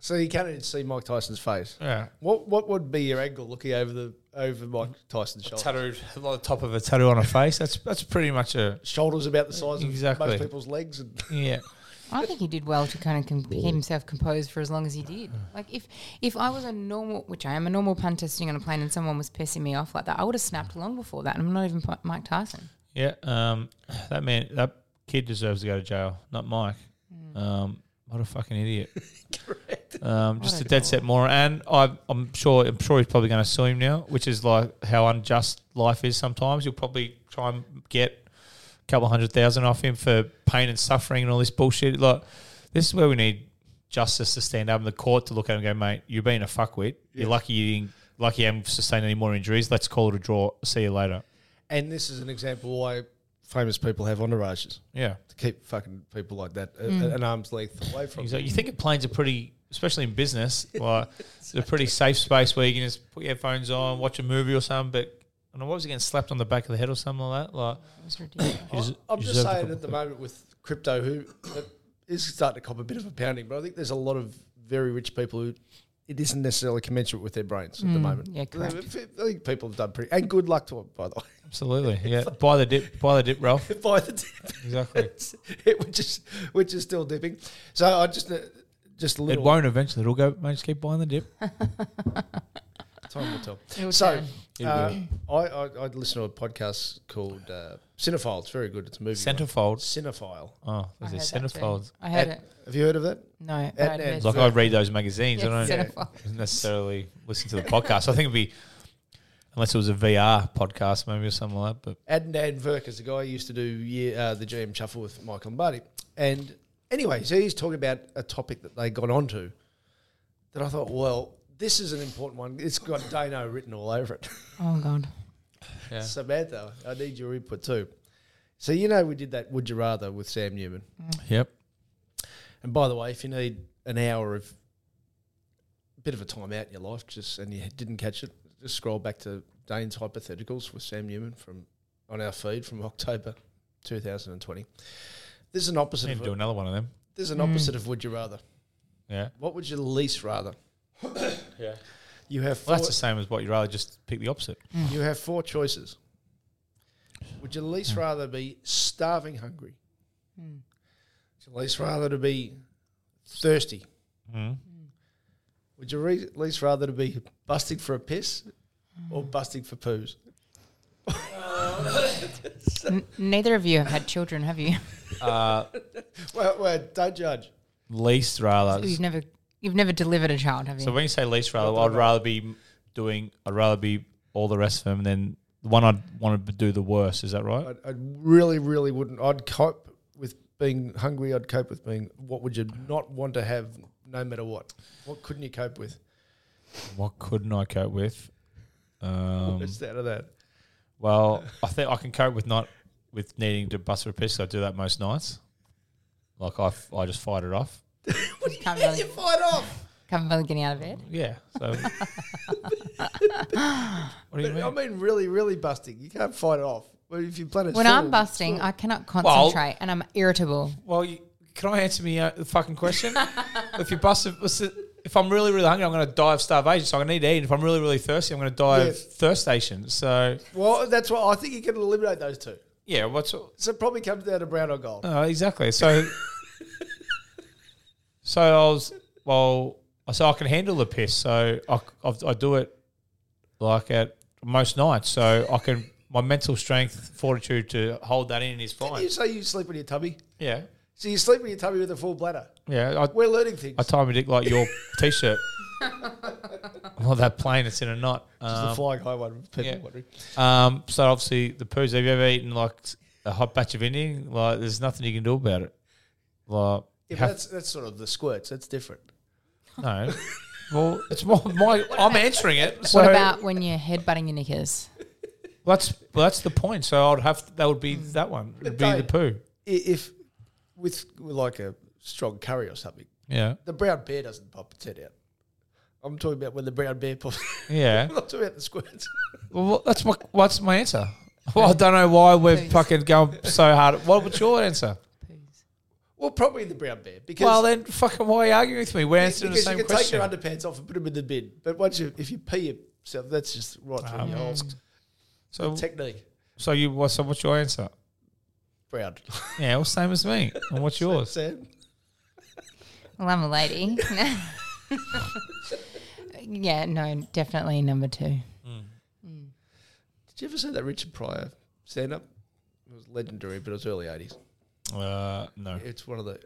so you can't even see Mike Tyson's face.
Yeah.
What What would be your angle looking over the over Mike Tyson's shoulder?
Tattooed on the top of a tattoo on a face. That's that's pretty much a
Shoulders about the size
Exactly.
of most people's legs. And
yeah.
I think he did well to kind of com- keep himself composed for as long as he did. Like if if I was a normal, which I am a normal punter sitting on a plane, and someone was pissing me off like that, I would have snapped long before that. And I'm not even P- Mike Tyson.
Yeah, um, that man, that kid deserves to go to jail, not Mike. Um, what a fucking idiot! Um, just a dead set moron, and i I'm sure, I'm sure he's probably going to sue him now, which is like how unjust life is sometimes. You'll probably try and get a couple hundred thousand off him for pain and suffering and all this bullshit. Like, this is where we need justice to stand up and the court to look at him and go, mate, you're being a fuckwit. You're lucky you didn't, lucky you haven't sustained any more injuries. Let's call it a draw. See you later.
and this is an example why famous people have entourages
Yeah.
to keep fucking people like that a-
Hmm.
an arm's length away from.
Exactly. You think a plane's a pretty, especially in business, like it's a pretty safe space where you can just put your headphones on, watch a movie or something. But I don't know what was he getting slapped on the back of the head or something like that. Like
It's ridiculous.
you des-
I'm
you
just
deserve a
saying
couple
at the
of-
moment with crypto, who that is starting to cop a bit of a pounding, but I think there's a lot of very rich people who it isn't necessarily commensurate with their brains at the moment.
yeah, Hmm. correct.
I think people have done pretty, and good luck to them, by the way.
Absolutely. Yeah. Buy the dip. Buy the dip, Ralph.
By the dip,
Exactly.
it which is which is still dipping. So I just uh, just a
It
little
won't eventually. It'll go. Mate, just keep buying the dip.
time will tell.
will
so
turn.
uh, I, I I listen to a podcast called uh, Cinephile. It's very good. It's a movie. one.
Centerfolds.
Cinephile.
Oh,
I
there's a
heard that too.
centerfolds.
I heard
And-
it.
Have you heard of that?
No,
and-
but I'd
and-
heard
Like
it.
I read those magazines. I
Yes,
don't
cinephile.
necessarily listen to the podcast. I think it'd be unless it was a VR podcast, maybe or something like that. But
Adnan Verk is the guy who used to do year, uh, the GM Shuffle with Michael Lombardi. And anyway, so he's talking about a topic that they got onto that I thought, well, this is an important one. It's got Dano written all over it.
Oh god.
Samantha, I need your input too. So you know we did that Would You Rather with Sam Newman.
yep.
And by the way, if you need an hour of a bit of a time out in your life, just and you didn't catch it, just scroll back to Dane's hypotheticals with Sam Newman from on our feed from October 2020. There's an opposite.
Need
Of,
to do
a-
another one of them.
there's an opposite
Mm.
of would you rather.
Yeah.
What would you least rather?
Yeah.
You have four,
Well, that's the same as what you'd rather just pick the opposite.
you have four choices. Would you least rather be starving hungry? Would you least rather to be thirsty? Mm. Would you re- least rather to be busting for a piss or busting for poos?
N- neither of you have had children, have you?
Well, well don't judge.
Least rather.
you've never you've never delivered a child, have you?
So when you say least rather, I'd rather be doing. I'd rather be all the rest of them than the one I'd want to do the worst. Is that right?
I, I really, really wouldn't. I'd cope with being hungry. I'd cope with being. What would you not want to have, no matter what? What couldn't you cope with?
What couldn't I cope with? Um,
What's out of that?
well, I think I can cope with not with needing to bust for a piss. I do that most nights. Like I, f- I just fight it off.
can't really,
Fight off.
can't really getting out of bed.
Yeah. So. what do you mean?
I mean, really, really busting. You can't fight it off. But if you plan it,
When I'm busting, I cannot concentrate and I'm irritable.
Well, you, can I answer me uh, the fucking question? if you bust, a- what's the- if I'm really really hungry, I'm going to die of starvation. So I need to eat. If I'm really really thirsty, I'm going to die
Yes.
of thirstation. So
well, that's what I think you can eliminate those two.
yeah, what's
So it probably comes down to brown or gold.
uh, exactly? So so I was well, so I can handle the piss. So I I've, I do it like at most nights. So I can my mental strength fortitude to hold that in is
Didn't
fine.
you say you sleep on your tummy?
Yeah,
So you sleep on your tummy with a full bladder.
yeah. I,
We're learning things.
I tie my dick like your t-shirt. well, that plane, it's in a knot.
It's the
Um,
flying high one. People
yeah.
wondering.
um, so obviously the poos. Have you ever eaten like a hot batch of anything? Like, there's nothing you can do about it. Like,
Yeah, but
have-
that's that's sort of the squirts. That's different.
no. Well, it's more my. I'm answering it. So
What about when you're headbutting your knickers?
well, that's well, that's the point. So I'd have that would be
Mm.
that one. It'd be the
Dave-
poo.
I- If with like a strong curry or something,
Yeah,
the brown bear doesn't pop its head out. I'm talking about when the brown bear pops.
yeah.
I'm not talking about the squirts.
Well, that's my what's my answer. Well, I don't know why we're fucking going so hard. What was your answer?
Well, probably the brown bear because
Well, then fucking why are you arguing with me? We're answering
because
the same
you can
question.
take your underpants off and put them in the bin. But once you, if you pee yourself, that's just right through
Um,
your whole
Mm. so,
technique.
so you what? So what's your answer?
Proud.
Yeah, well, same as me. And what's yours?
Sam,
Well, I'm a lady. yeah, no, definitely number two.
did you ever see that Richard Pryor stand up? It was legendary, but it was early 80s.
Uh, no.
It's one of the.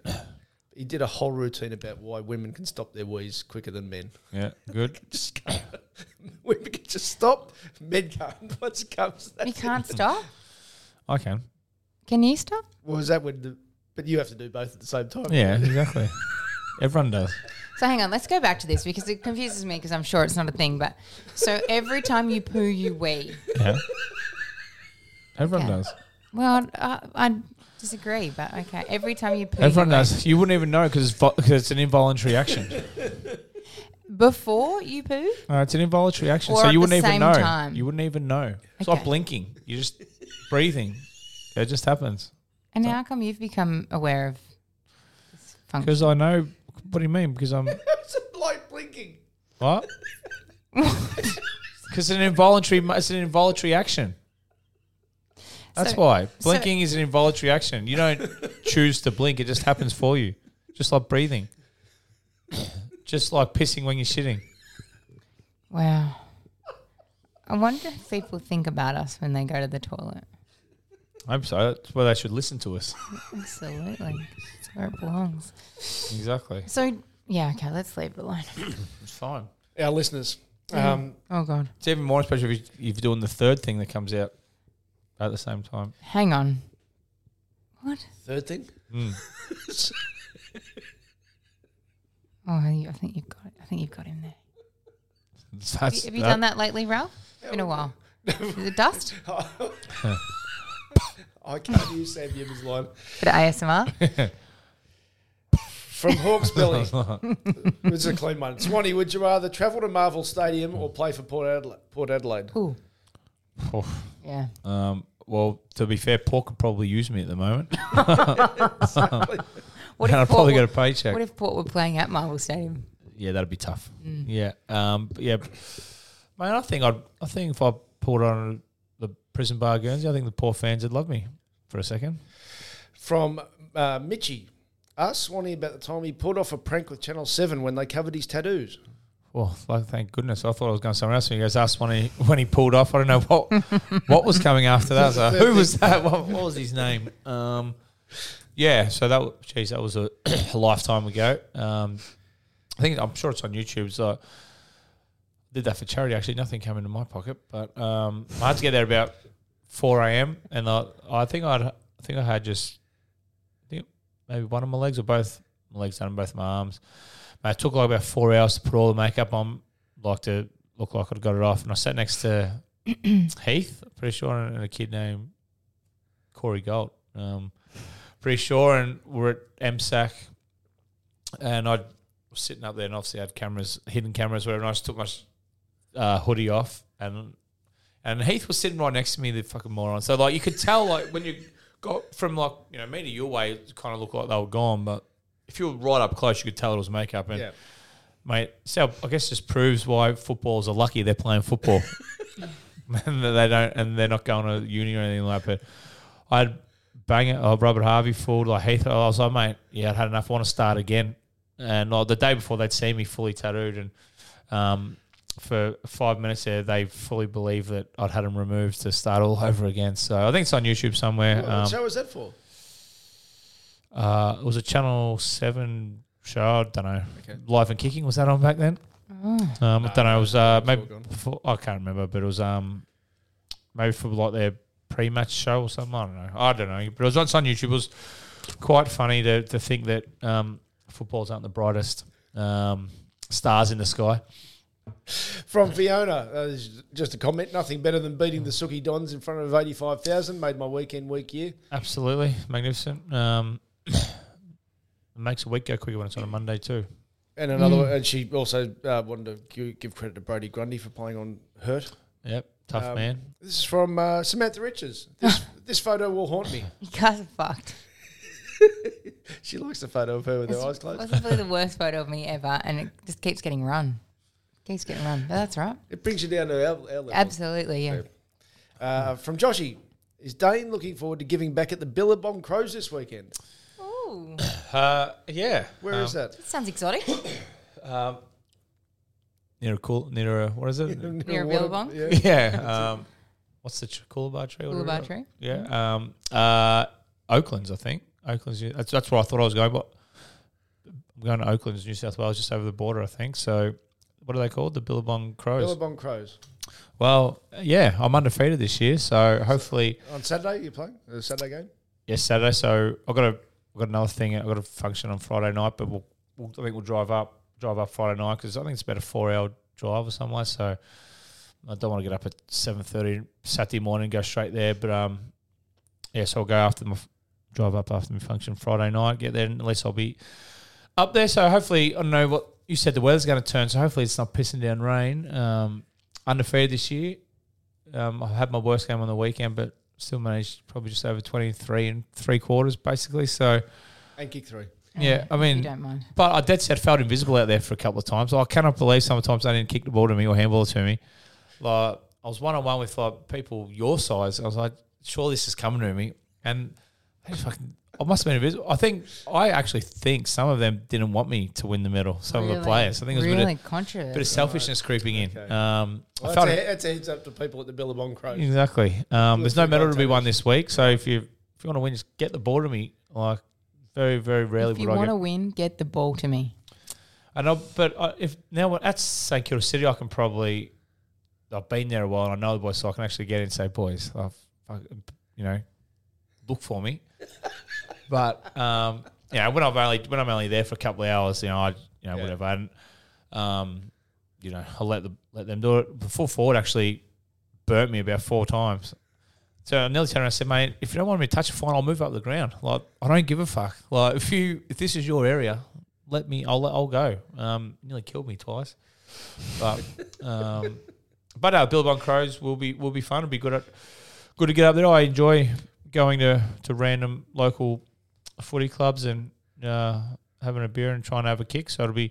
He did a whole routine about why women can stop their wheeze quicker than men.
Yeah, good.
Just can't. women can just stop, men can't. Once it comes,
You
that's
can't stop.
I can.
Can you stop?
Well, is that when the. But you have to do both at the same time.
Yeah, exactly. Everyone does.
So hang on, let's go back to this because it confuses me because I'm sure it's not a thing. But so every time you poo, you wee.
Yeah. Everyone
Okay.
does.
Well, I, I disagree, but okay. Every time you poo,
Everyone
you make-
knows. You wouldn't even know because it's, vo- 'cause it's an involuntary action.
before you poo.
No, it's an involuntary action,
Or
so
at
you
the
wouldn't even
same
know.
time.
You wouldn't even know. It's not
Okay.
blinking. You're just breathing. It just happens.
And how come you've become aware of this function?
Because I know. What do you mean? Because I'm
It's a light blinking.
what? Because an involuntary. mo- It's an involuntary action. That's
So-
why blinking is an involuntary action. You don't choose to blink; it just happens for you, just like breathing, just like pissing when you're shitting.
Wow. I wonder if people think about us when they go to the toilet.
I'm sorry. That's why they should listen to us.
Absolutely. It's where it belongs.
Exactly.
So, yeah, okay, let's leave it alone.
It's fine.
Our listeners. Um,
Oh, God.
It's even more special if you- if you're doing the third thing that comes out at the same time.
Hang on. What?
Third thing.
Oh, you- I think you've got it. I think you've got him there. Have you,
That's-
have you done that lately, Ralph? It's been a while. Is it dust?
I can't use Sam Yimmer's line.
Bit of ASMR?
From Hawke's Belly. it's a clean one. Swanee, would you rather travel to Marvel Stadium or play for Port Adelaide? Port Adelaide?
Ooh.
Oof.
Yeah.
Um, well, to be fair, Paul could probably use me at the moment.
What
and I'd
Port
probably
were-
get a paycheck.
What if Mm. Port were playing at Marvel Stadium?
yeah, that'd be tough. Yeah. Um, but yeah. Man, I think I'd, I think if I pulled on the prison bar Guernsey, I think the poor fans would love me for a second.
From uh, Mitchie. Ask Swanee about the time he pulled off a prank with Channel 7 when they covered his tattoos.
Well, like, thank goodness. I thought I was going somewhere else. And he goes, asked when he, when he pulled off. I don't know what what was coming after that. So who was that? What, what was his name? Um, yeah, so that, wa- geez, that was a, a lifetime ago. Um, I think, I'm sure it's on YouTube. So I did that for charity, actually. Nothing came into my pocket. But um, I had to get there about 4 a.m. And I, I think I'd, I think I had just I think maybe one of my legs or both my legs done, both my arms. Mate, it took like about four hours to put all the makeup on, like to look like I'd got it off. And I sat next to Heath, pretty sure, and a kid named Corey Gold. Um, pretty sure, and we're at MSAC, and I was sitting up there, and obviously I had cameras, hidden cameras, whatever. And I just took my uh, hoodie off, and and Heath was sitting right next to me, the fucking moron. So like you could tell, like when you got from like you know me to your way, it kind of looked like they were gone, but if you were right up close, you could tell it was makeup. And
Yeah.
mate, so I guess this proves why footballers are lucky they're playing football. and that they don't, and they're not going to uni or anything like that. But I'd bang it. Oh, Robert Harvey fooled like Heath. I was like, mate, yeah, I'd had enough. I want to start again. And like, the day before, they'd seen me fully tattooed, and um, for five minutes there, they fully believed that I'd had them removed to start all over again. So I think it's on YouTube somewhere.
What
Um,
show was that for?
uh, it was a Channel Seven show. I don't know. Live and Kicking was that on back then? Um, I don't know. It was uh, maybe before, I can't remember, but it was um, maybe for like their pre-match show or something. I don't know. I don't know. But it was on, it's on YouTube. It was quite funny to, to think that um, footballs aren't the brightest um, stars in the sky.
From Fiona, uh, this is just a comment. Nothing better than beating the Sookie Dons in front of 85,000. Made my weekend week year.
Absolutely magnificent. Um, it makes a week go quicker when it's on a Monday too.
And another, and she also uh, wanted to gi- give credit to Brody Grundy for playing on Hurt.
Yep, tough
Um,
man.
This is from uh, Samantha Richards. This, this photo will haunt me.
You guys are fucked.
She likes the photo of her with her eyes
It's
closed.
possibly the worst photo of me ever, and it just keeps getting run. Keeps getting run. But that's right.
It brings you down to our, our level.
Absolutely, yeah.
Uh, from Joshy, is Dane looking forward to giving back at the Billabong Crows this weekend?
Ooh,
Uh, yeah.
Where is
Um,
that sounds exotic.
Near a cool, near a what is it?
that?
Near a
water-
Billabong?
Yeah.
yeah. Um, what's the tr- Coolabah tree? whatever
Coolabah
it-
tree.
Yeah. Um, uh, Oakland's, I think. Oakland's. That's, that's where I thought I was going, but I'm going to Oakland's, New South Wales, just over the border, I think. So, what are they called? The Billabong Crows.
Billabong Crows.
Well, yeah, I'm undefeated this year, so hopefully,
On Saturday, you're playing? The Saturday game?
yes, Saturday. So I've got a, I've got another thing. I've got a function on Friday night, but we'll, we'll I think we'll drive up, drive up Friday night because I think it's about a four-hour drive or somewhere. So I don't want to get up at seven thirty Saturday morning, and go straight there. But um, yeah, so I'll go after my f- drive up after my function Friday night. Get there, and at least I'll be up there. So hopefully, I don't know what you said. The weather's going to turn, so hopefully it's not pissing down rain. Um, undefeated this year. Um, I had my worst game on the weekend, but still managed probably just over twenty three and three quarters basically. So
And kick through.
yeah, I
Oh, You
mean,
don't mind.
but I dead set felt invisible out there for a couple of times. I cannot believe sometimes they didn't kick the ball to me or handball it to me. Like I was one on one with like people your size. I was like, sure this is coming to me, and they just fucking. I must have been invisible. I think I actually think some of them didn't want me to win the medal. Some of the
Really?
players. I think it was
really
a bit of,
contra-
bit of selfishness creeping in.
Okay.
Um,
Well, that's,
I felt
a,
it,
that's a heads up to people at the Billabong Crow.
exactly. Um, there's no
Little
medal to be
free
won this week, so if you if you want to win, just get the ball to me. Like very very rarely
If
would
you
I get
want to win, get the ball to me.
I know, but I, if now we're at St Kilda City, I can probably. I've been there a while, and I know the boys, so I can actually get in and say, "Boys, I've, I, you know, look for me." but um, yeah, when I've only when I'm only there for a couple of hours, you know, I you know
Yeah.
whatever, and um, you know, I let the let them do it. The full forward actually burnt me about four times. So I nearly turned around and said, mate, if you don't want me to touch the fine, I'll move up the ground. Like, I don't give a fuck. Like, if you if this is your area, let me, I'll, I'll go. Um, nearly killed me twice. But, um, but uh, Billabong Crows will be will be fun. It'll be good at, good to get up there. I enjoy going to, to random local footy clubs and uh, having a beer and trying to have a kick. So it'll be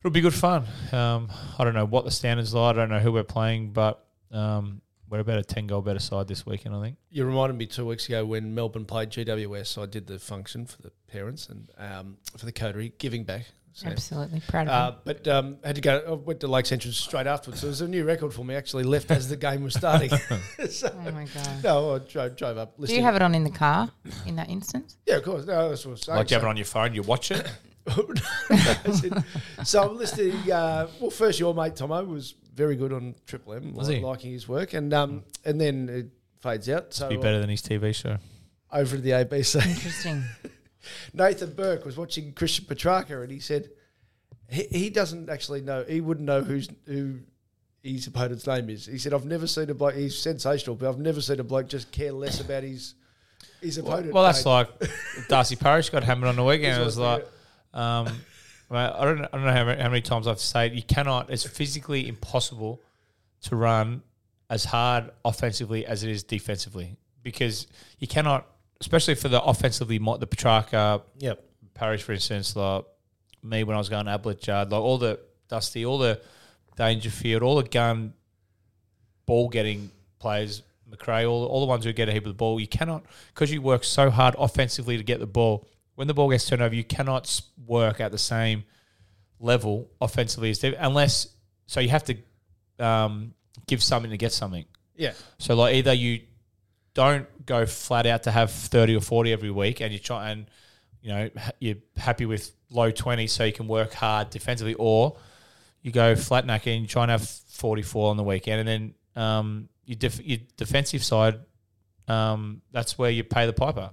it'll be good fun. Um, I don't know what the standards are. I don't know who we're playing, but um, we're about a ten goal better side this weekend. I think.
You reminded me two weeks ago when Melbourne played GWS. So I did the function for the parents and um, for the coterie giving back. So,
Absolutely proud of
Uh,
him.
but um, had to go. I went to Lakes Entrance straight afterwards. So it was a new record for me. Actually left as the game was starting. so,
Oh my god!
no, I drove, drove up.
Do you have it on in the car in that instance?
Yeah, of course. No, that's what I was saying.
Like you have
So-
it on your phone, you watch it.
I said- so I'm listening. Uh, well, first your mate Tomo was very good on Triple M,
Was
li-
he?
liking his work, and um, and then it fades out. So
Be better than his TV show.
uh, over to the ABC.
Interesting.
Nathan Burke was watching Christian Petrarca, and he said he, he doesn't actually know. He wouldn't know who's who. His opponent's name is. He said, "I've never seen a bloke. He's sensational, but I've never seen a bloke just care less about his his opponent."
Well, that's
mate."
like Darcy Parish got hammered on the weekend. It was
He's
like, um, mate, I don't, I don't know how many, how many times I've said you cannot. It's physically impossible to run as hard offensively as it is defensively because you cannot, especially for the offensively, mo- the Petrarca,
Yep.
Parish, for instance, like me when I was going to Abbotsjard, like all the Dusty, all the Dangerfield, all the gun ball getting players, McRae, all, all the ones who get a heap of the ball, you cannot, because you work so hard offensively to get the ball, when the ball gets turned over, you cannot s- work at the same level offensively as they, unless, so you have to um, give something to get something.
yeah.
So like either you don't go flat out to have thirty or forty every week, and you try and you know ha- you're happy with low twenty, so you can work hard defensively, or you go flat knacker and you try and have forty four on the weekend, and then um, your def- your defensive side, um, that's where you pay the piper.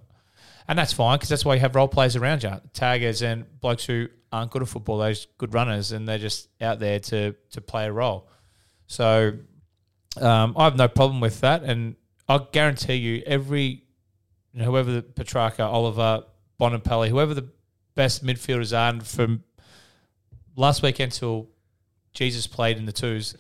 And that's fine because that's why you have role players around you, taggers and blokes who aren't good at football, those good runners, and they're just out there to to play a role. So um, I have no problem with that, and I guarantee you, every you know, whoever the Petrarca, Oliver, Bonapelli, whoever the best midfielders are, and from last weekend till Jesus played in the twos,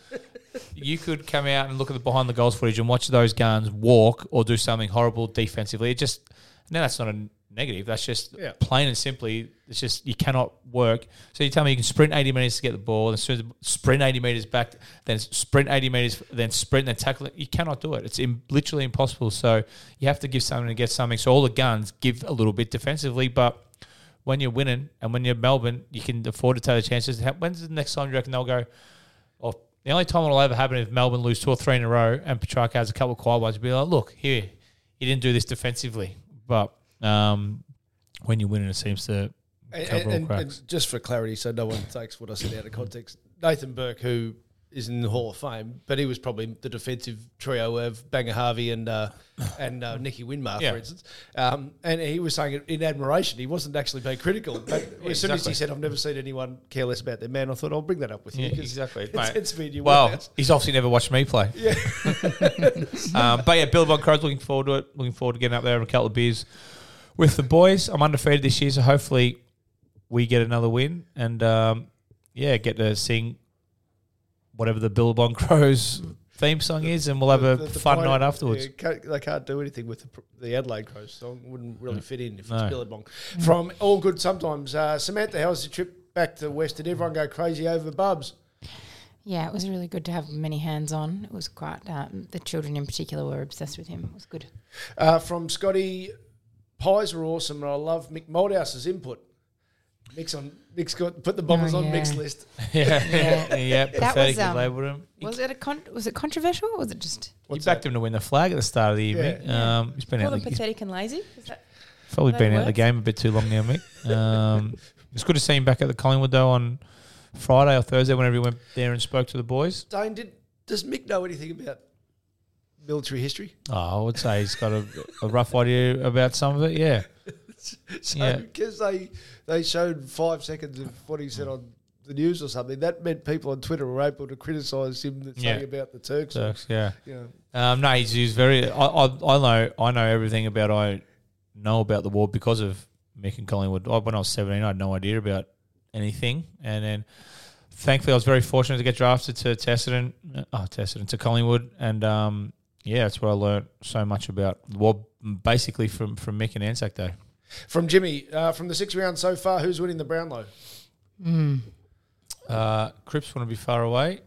you could come out and look at the behind the goals footage and watch those guns walk or do something horrible defensively. It just no, that's not a negative. That's just
Yeah.
plain and simply. It's just you cannot work. So you tell me you can sprint eighty meters to get the ball, and as soon as the- sprint eighty meters back, then sprint eighty meters, then sprint, then tackle it. You cannot do it. It's Im- literally impossible. So you have to give something to get something. So all the guns give a little bit defensively, but when you're winning and when you're Melbourne, you can afford to take the chances. How- When's the next time you reckon they'll go? Or the only time it'll ever happen if Melbourne lose two or three in a row and Petrarca has a couple of quiet ones, be like, look, here, you didn't do this defensively. But um, when you're winning, it seems to
And,
cover
and,
all
and,
cracks.
and just for clarity, so no one takes what I said out of context, Nathan Burke, who is in the Hall of Fame, but he was probably the defensive trio of Banger Harvey and uh, and uh, Nicky Winmar,
Yeah.
for instance. Um, and he was saying it in admiration. He wasn't actually being critical. But as soon as he
exactly. Mm,
said, "I've never seen anyone care less about their man," I thought I'll bring that up with you. 'cause It's,
mate.
it's me and you.
Well,
wheelhouse.
he's obviously never watched me play. Yeah. um, but yeah, Bill Von Crow's looking forward to it. Looking forward to getting up there and a couple of beers with the boys. I'm undefeated this year, so hopefully we get another win and um, yeah, get to sing whatever the Bill Von Crow's theme song is, and we'll have a
The- the
fun
point-
night afterwards.
yeah, can't- they can't do anything with the, pr- the Adelaide Crows song. Wouldn't really fit in if
No.
it's Billabong. From All Good Sometimes. Uh, Samantha, how was the trip back to the West? Did everyone go crazy over Bubs?
Yeah, it was really good to have many hands on. It was quite, um, the children in particular were obsessed with him. It was good.
Uh, from Scotty, pies were awesome, and I love Mick Moldhouse's input. Mick's on Mick's got put the bombers
Oh,
on Mick's
yeah.
list.
Yeah,
Yeah.
yeah, yeah. Pathetic
was, um,
labelled him. He,
Was it a con- was it controversial or was it just
he backed him to win the flag at the start of the evening. Um, he's been out.
call them
the- He's
pathetic and lazy? Is that
probably
that
been out of the
works?
game a bit too long now, Mick. Um, it's good to see him back at the Collingwood though on Friday or Thursday whenever he went there and spoke to the boys.
Dane, did does Mick know anything about military history?
Oh, I would say he's got a, a rough idea about some of it. Yeah, Yeah.
because they they showed five seconds of what he said on the news or something, that meant people on Twitter were able to criticise him that
Yeah.
saying about the Turks.
so, yeah.
You know,
Um, no, he's, he's very. I, I, I know I know everything about I know about the war because of Mick and Collingwood. I, when I was seventeen, I had no idea about anything, and then thankfully I was very fortunate to get drafted to Tessin, oh Tessin to Collingwood, and um, yeah, that's where I learnt so much about the war, basically from from Mick and Anzac Day.
from Jimmy, uh, from the six rounds so far, who's winning the Brownlow?
Mm,
Uh, Cripps want to be far away.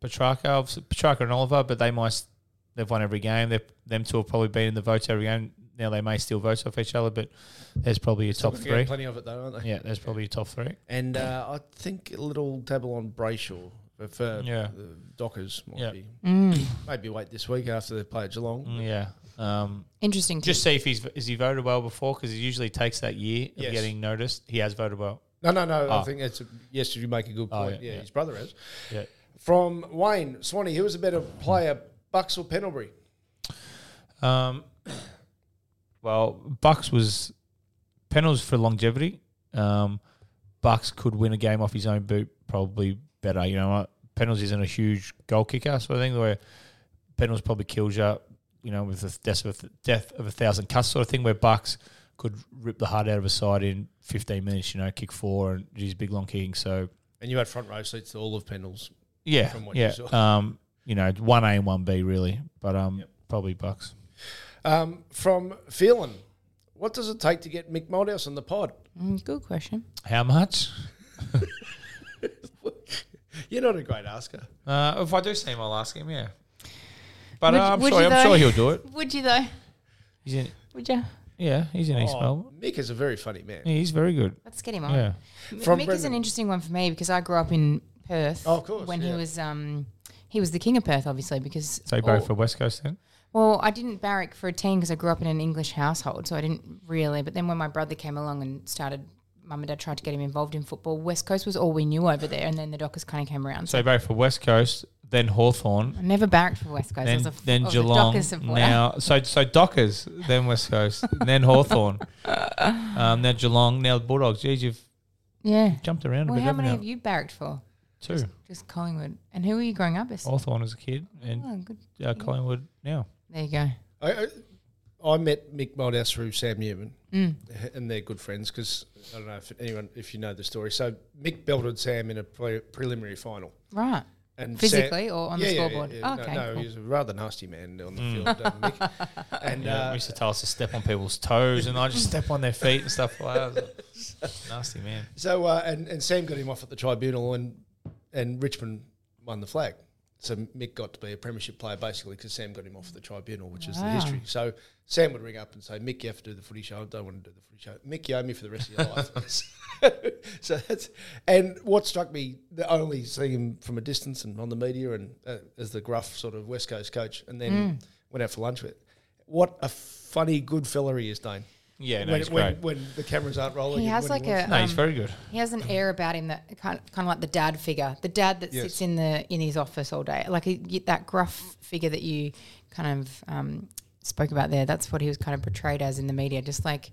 Petrarca, obviously- Petrarca and Oliver, but they might. s- They've won every game. They them two have probably been in the votes every game. Now they may still vote off each other, but there's probably your top
They're getting
three.
Plenty of it though, aren't they?
Yeah, there's probably your top three.
And uh, I think a little dabble on Brayshaw for- for
Yeah.
the Dockers might
Yeah.
be
mm.
maybe wait this week after they play at Geelong.
Mm, Yeah. Um,
interesting? to-
just see if he's is he voted well before because it usually takes that year
Yes.
of getting noticed. He has voted well.
No, no, no. I
Oh.
think that's a, yes. You make a good
Oh,
point.
yeah,
yeah,
yeah.
his brother has.
Yeah.
From Wayne Swanee, who was a better player, Bucks or Pendlebury?
Um, well, Bucks was Pennell's for longevity. Um, Bucks could win a game off his own boot, probably better. You know, what? Pennell's isn't a huge goal kicker, so I think where Pennell's probably kills you. You know, with the death of, death of a thousand cuts sort of thing, where Bucks could rip the heart out of a side in fifteen minutes. You know, kick four and do his big long kicking. So
And you had front row seats to all of Pendle's.
yeah,
From what you
yeah. Um, you know, one A and one B really, but um, probably Bucks.
Um, from Phelan, what does it take to get Mick Moldhouse on the pod?
Mm, good question.
How much?
You're not a great asker.
Uh, if I do see him, I'll ask him. Yeah, but
Would-
uh, I'm
would
sure
you
I'm sure
though?
he'll do it.
Would you though?
He's in,
Would you?
yeah, he's in East
Oh,
Melbourne.
Mick is a very funny man.
Yeah, he's very good.
Let's get him on.
Yeah,
M-
From
Mick is
Brendan.
an interesting one for me because I grew up in Perth.
Oh, of course,
When
yeah.
he was um, he was the king of Perth, obviously because
so you
all-
both for West Coast then.
Well, I didn't barrack for a team because I grew up in an English household, so I didn't really. But then when my brother came along and started, mum and dad tried to get him involved in football. West Coast was all we knew over there, and then the Dockers kind of came around.
So
So
you both for West Coast, then Hawthorn,
I never barracked for West Coast. I
then
was a, f-
then
I was a
Geelong.
Dockers supporter.
Now, so so Dockers, then West Coast, then Hawthorn, um, now Geelong, now the Bulldogs. Geez, you've
yeah.
jumped around a
Well,
bit.
how
haven't
many have you barracked for?
Two.
Just Collingwood. And who were you growing up as?
Hawthorn as a kid, and
Oh, good.
uh, Collingwood now.
There you go.
I, I, I met Mick Moldhouse through Sam Newman,
Mm.
and they're good friends because I don't know if anyone if you know the story. So Mick belted Sam in a pre- preliminary final.
Right.
And
Physically or on the scoreboard?
no,
Okay,
no,
cool. Mm.
he was a rather nasty man on the field, uh, Mick. And
Yeah,
uh,
used to tell us to step on people's toes, and I just step on their feet and stuff like that. Nasty man.
so uh, and and Sam got him off at the tribunal, and and Richmond won the flag. So Mick got to be a premiership player basically because Sam got him off at the tribunal, which is the history. So Sam would ring up and say, "Mick, you have to do the footy show. I don't want to do the footy show. Mick, you owe me for the rest of your life." so that's and what struck me, the only seeing him from a distance and on the media and uh, as the gruff sort of
Hmm.
West Coast coach, and then went out for lunch with. What a funny, good fella he is, Dane.
Yeah, no,
when,
he's
when,
great.
when the cameras aren't rolling.
He
and
has
when
like
he wants-
a
No, he's
um,
very good.
He has an air about him that kind of, kind of like the dad figure, the dad that
Yes.
sits in the in his office all day, like he, get that gruff figure that you kind of um, spoke about there. That's what he was kind of portrayed as in the media, just like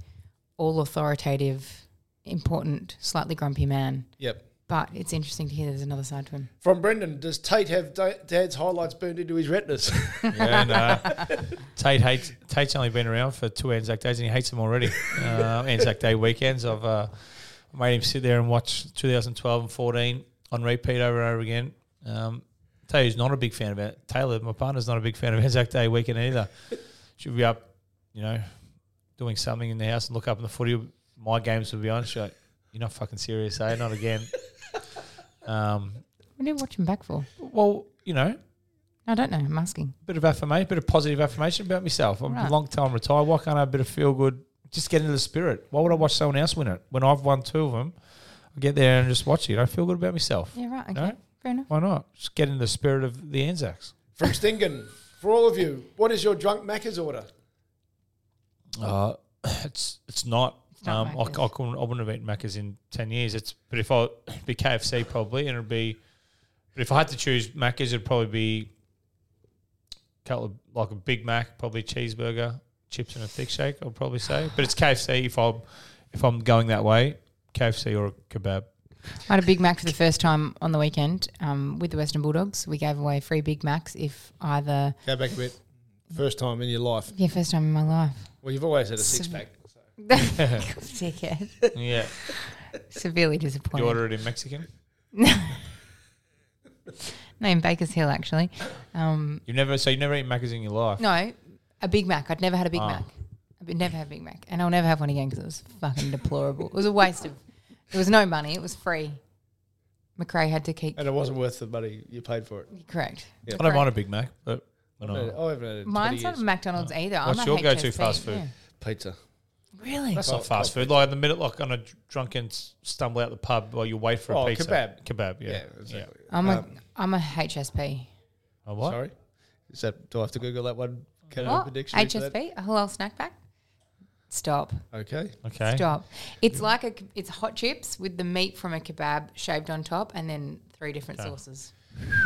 all authoritative, important, slightly grumpy man.
Yep.
But it's interesting to hear there's another side to him.
From Brendan, does Tate have da- Dad's highlights burned into his retinas?
Yeah, and uh, Tate hates Tate's only been around for two Anzac days and he hates them already. Uh, Anzac Day weekends, I've uh, made him sit there and watch 2012 and 14 on repeat over and over again. Um, tell you who's not a big fan of it. Taylor, my partner's not a big fan of Anzac Day weekend either. She'll be up, you know, doing something in the house and look up in the footy. My games will be on. She's like, "You're not fucking serious, eh? Not again." um,
What are you watching back for?
well, you know,
I don't know. I'm asking.
bit of affirmation, bit of positive affirmation about myself. I'm
Right.
a long time retired. Why can't I have a bit of feel good? Just get into the spirit. Why would I watch someone else win it when I've won two of them? I get there and just watch it. I feel good about myself.
Yeah, right. Okay.
No?
Fair enough.
Why not? Just get into the spirit of the Anzacs.
From Stingen, for all of you, what is your drunk Macca's order?
Uh, it's it's not.
not
um, I, c- I
Macca's.
couldn't. I wouldn't have eaten Macca's in ten years. It's but if I it'd be KFC probably, and it'd be. But if I had to choose Macca's, it'd probably be. Couple of, like a Big Mac, probably cheeseburger, chips, and a thick shake. I'd probably say, but it's KFC if I'm if I'm going that way, KFC or a kebab.
I had a Big Mac for the first time on the weekend um, with the Western Bulldogs. We gave away free Big Macs if either.
Go back a bit. First time in your life.
Yeah, first time in my life.
Well, you've always had a six pack.
Dickhead.
Yeah,
Severely
Do you
disappointed.
order it in Mexican.
No, in Baker's Hill, actually. Um,
You've never so you never eaten Macca's in your life.
no, a Big Mac. I'd never had a Big
Ah.
Mac. I'd never had a Big Mac. And I'll never have one again because it was fucking deplorable. it was a waste of. It was no money. It was free. McRae had to keep.
And it wasn't worth the money you paid for it.
Correct.
I don't mind a Big Mac, but when
I
I-
haven't had it in 20
Mine's not
years.
a McDonald's either. I'm
Ah. What's
a
your
HSC.
go-to fast food?
Yeah.
pizza.
Really?
That's not fast food. Like the minute, like on a dr- drunken s- stumble out the pub, while you wait for a
Oh,
pizza.
kebab.
Kebab, yeah.
Yeah,
yeah.
exactly.
I'm
Um,
a I'm a HSP.
A Oh, what?
Sorry. Is that, do I have to Google that one? Can I
What?
have a dictionary for that?
HSP? A halal snack pack? Stop.
Okay.
Okay.
Stop. It's like a it's hot chips with the meat from a kebab shaved on top and then three different sauces.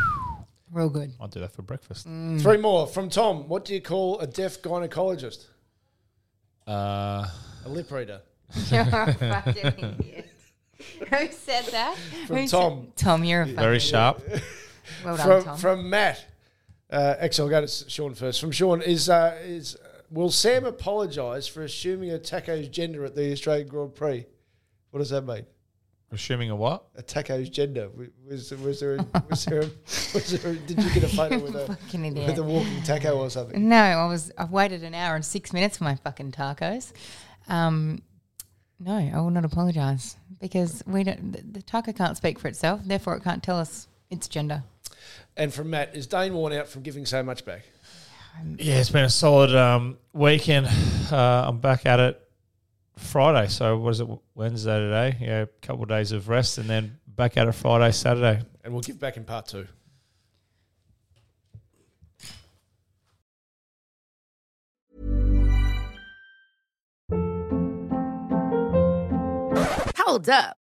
Real good.
I'll do that for breakfast.
Mm.
Mm. Three more from Tom. What do you call a deaf gynecologist?
Uh,
A lip reader.
You're a fucking idiot. Who said that?
From
Who said-
Tom.
Tom, you're a fucking
very sharp.
Well done,
from,
Tom.
from Matt. Uh, actually, I'll go to S- Sean first. From Sean is uh, is uh, will Sam apologise for assuming a taco's gender at the Australian Grand Prix? What does that mean?
Assuming a what?
A taco's gender W- was was there a, was there a, was there a, did you get a photo with a
Fucking idiot.
with a walking taco or something?
No, I was. I've waited an hour and six minutes for my fucking tacos. Um, no, I will not apologise because we don't. The, the taco can't speak for itself, therefore it can't tell us its gender.
And from Matt is Dane worn out from giving so much back?
Yeah, it's been a solid um, weekend. Uh, I'm back at it Friday. So what is it? Wednesday today. Yeah, a couple of days of rest, and then back at it Friday, Saturday.
And we'll give back in part two.
Hold up.